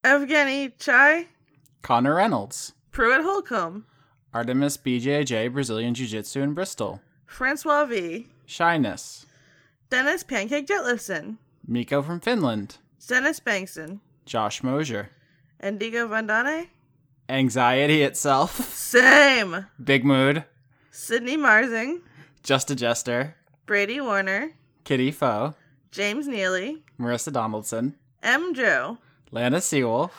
Evgeny Chai,
Connor Reynolds,
Pruitt Holcomb,
Artemis BJJ Brazilian Jiu Jitsu in Bristol,
Francois V,
Shyness,
Dennis Pancake Jetlifson,
Miko from Finland,
Dennis Bankson,
Josh Mosier,
Indigo Vandane,
Anxiety Itself,
Same,
Big Mood,
Sydney Marzing,
Just a Jester,
Brady Warner,
Kitty Foe,
James Neely,
Marissa Donaldson,
M. Joe,
Lana Seawolf,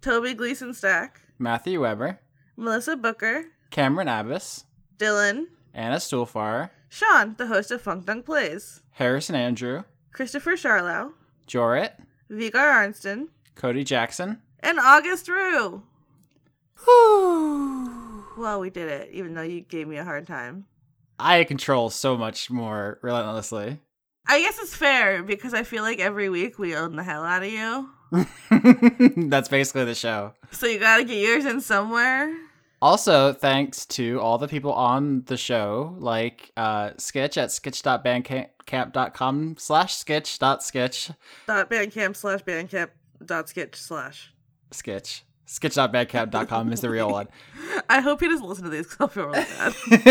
Toby Gleason Stack,
Matthew Weber,
Melissa Booker,
Cameron Abbas,
Dylan,
Anna Stuhlfar,
Sean, the host of Funk Dunk Plays,
Harrison Andrew,
Christopher Charlow,
Jorrit,
Vigar Arnston,
Cody Jackson.
and August Rue. Well, we did it, even though you gave me a hard time.
I control so much more relentlessly.
I guess it's fair because I feel like every week we own the hell out of you.
That's basically the show.
So you gotta get yours in somewhere.
Also, thanks to all the people on the show, like uh, Sketch at sketch.bandcamp.com slash sketch.sketch.
Dot bandcamp slash bandcamp dot sketch slash.
Sketch. Sketch.bandcamp.com is the real one.
I hope he doesn't listen to these because I'll feel really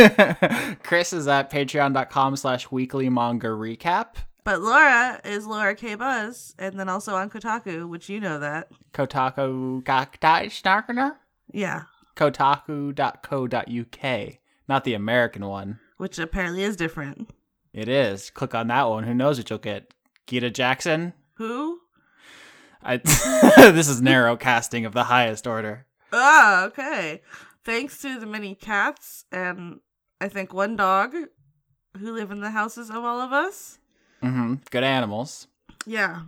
bad.
Chris is at patreon.com slash weekly manga recap.
but Laura is Laura K Buzz, and then also on Kotaku, which you know that.
Kotaku Gakdai Snarkner?
Yeah,
Kotaku.co.uk. Not the American one.
which apparently is different.
It is. Click on that one. Who knows what you'll get? Gita Jackson?
Who?
I, this is narrow casting of the highest order.
Ah, okay. Thanks to the many cats and I think one dog who live in the houses of all of us.
hmm Good animals.
Yeah.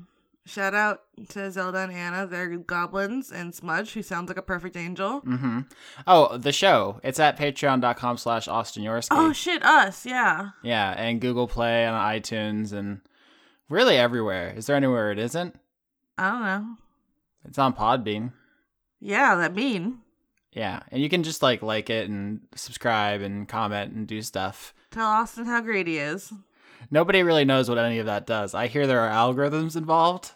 Shout out to Zelda and Anna. They're goblins and Smudge, who sounds like a perfect angel.
hmm Oh, the show. It's at patreon.com slash Austin Yorsky.
Oh shit, us, yeah.
yeah, and Google Play and iTunes and really everywhere. Is there anywhere it isn't?
I don't know.
It's on Podbean.
Yeah, that mean.
Yeah, and you can just like like it and subscribe and comment and do stuff.
Tell Austin how great he is.
Nobody really knows what any of that does. I hear there are algorithms involved.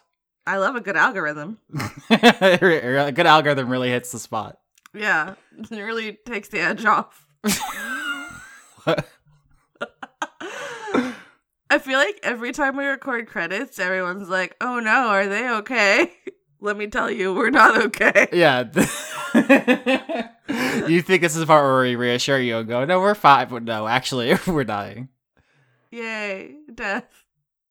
I love a good algorithm.
a good algorithm really hits the spot.
Yeah. It really takes the edge off. I feel like every time we record credits, everyone's like, oh no, are they okay? Let me tell you, we're not okay.
Yeah. you think this is the part where we reassure you and go, no, we're fine, but no, actually, we're dying.
Yay, death.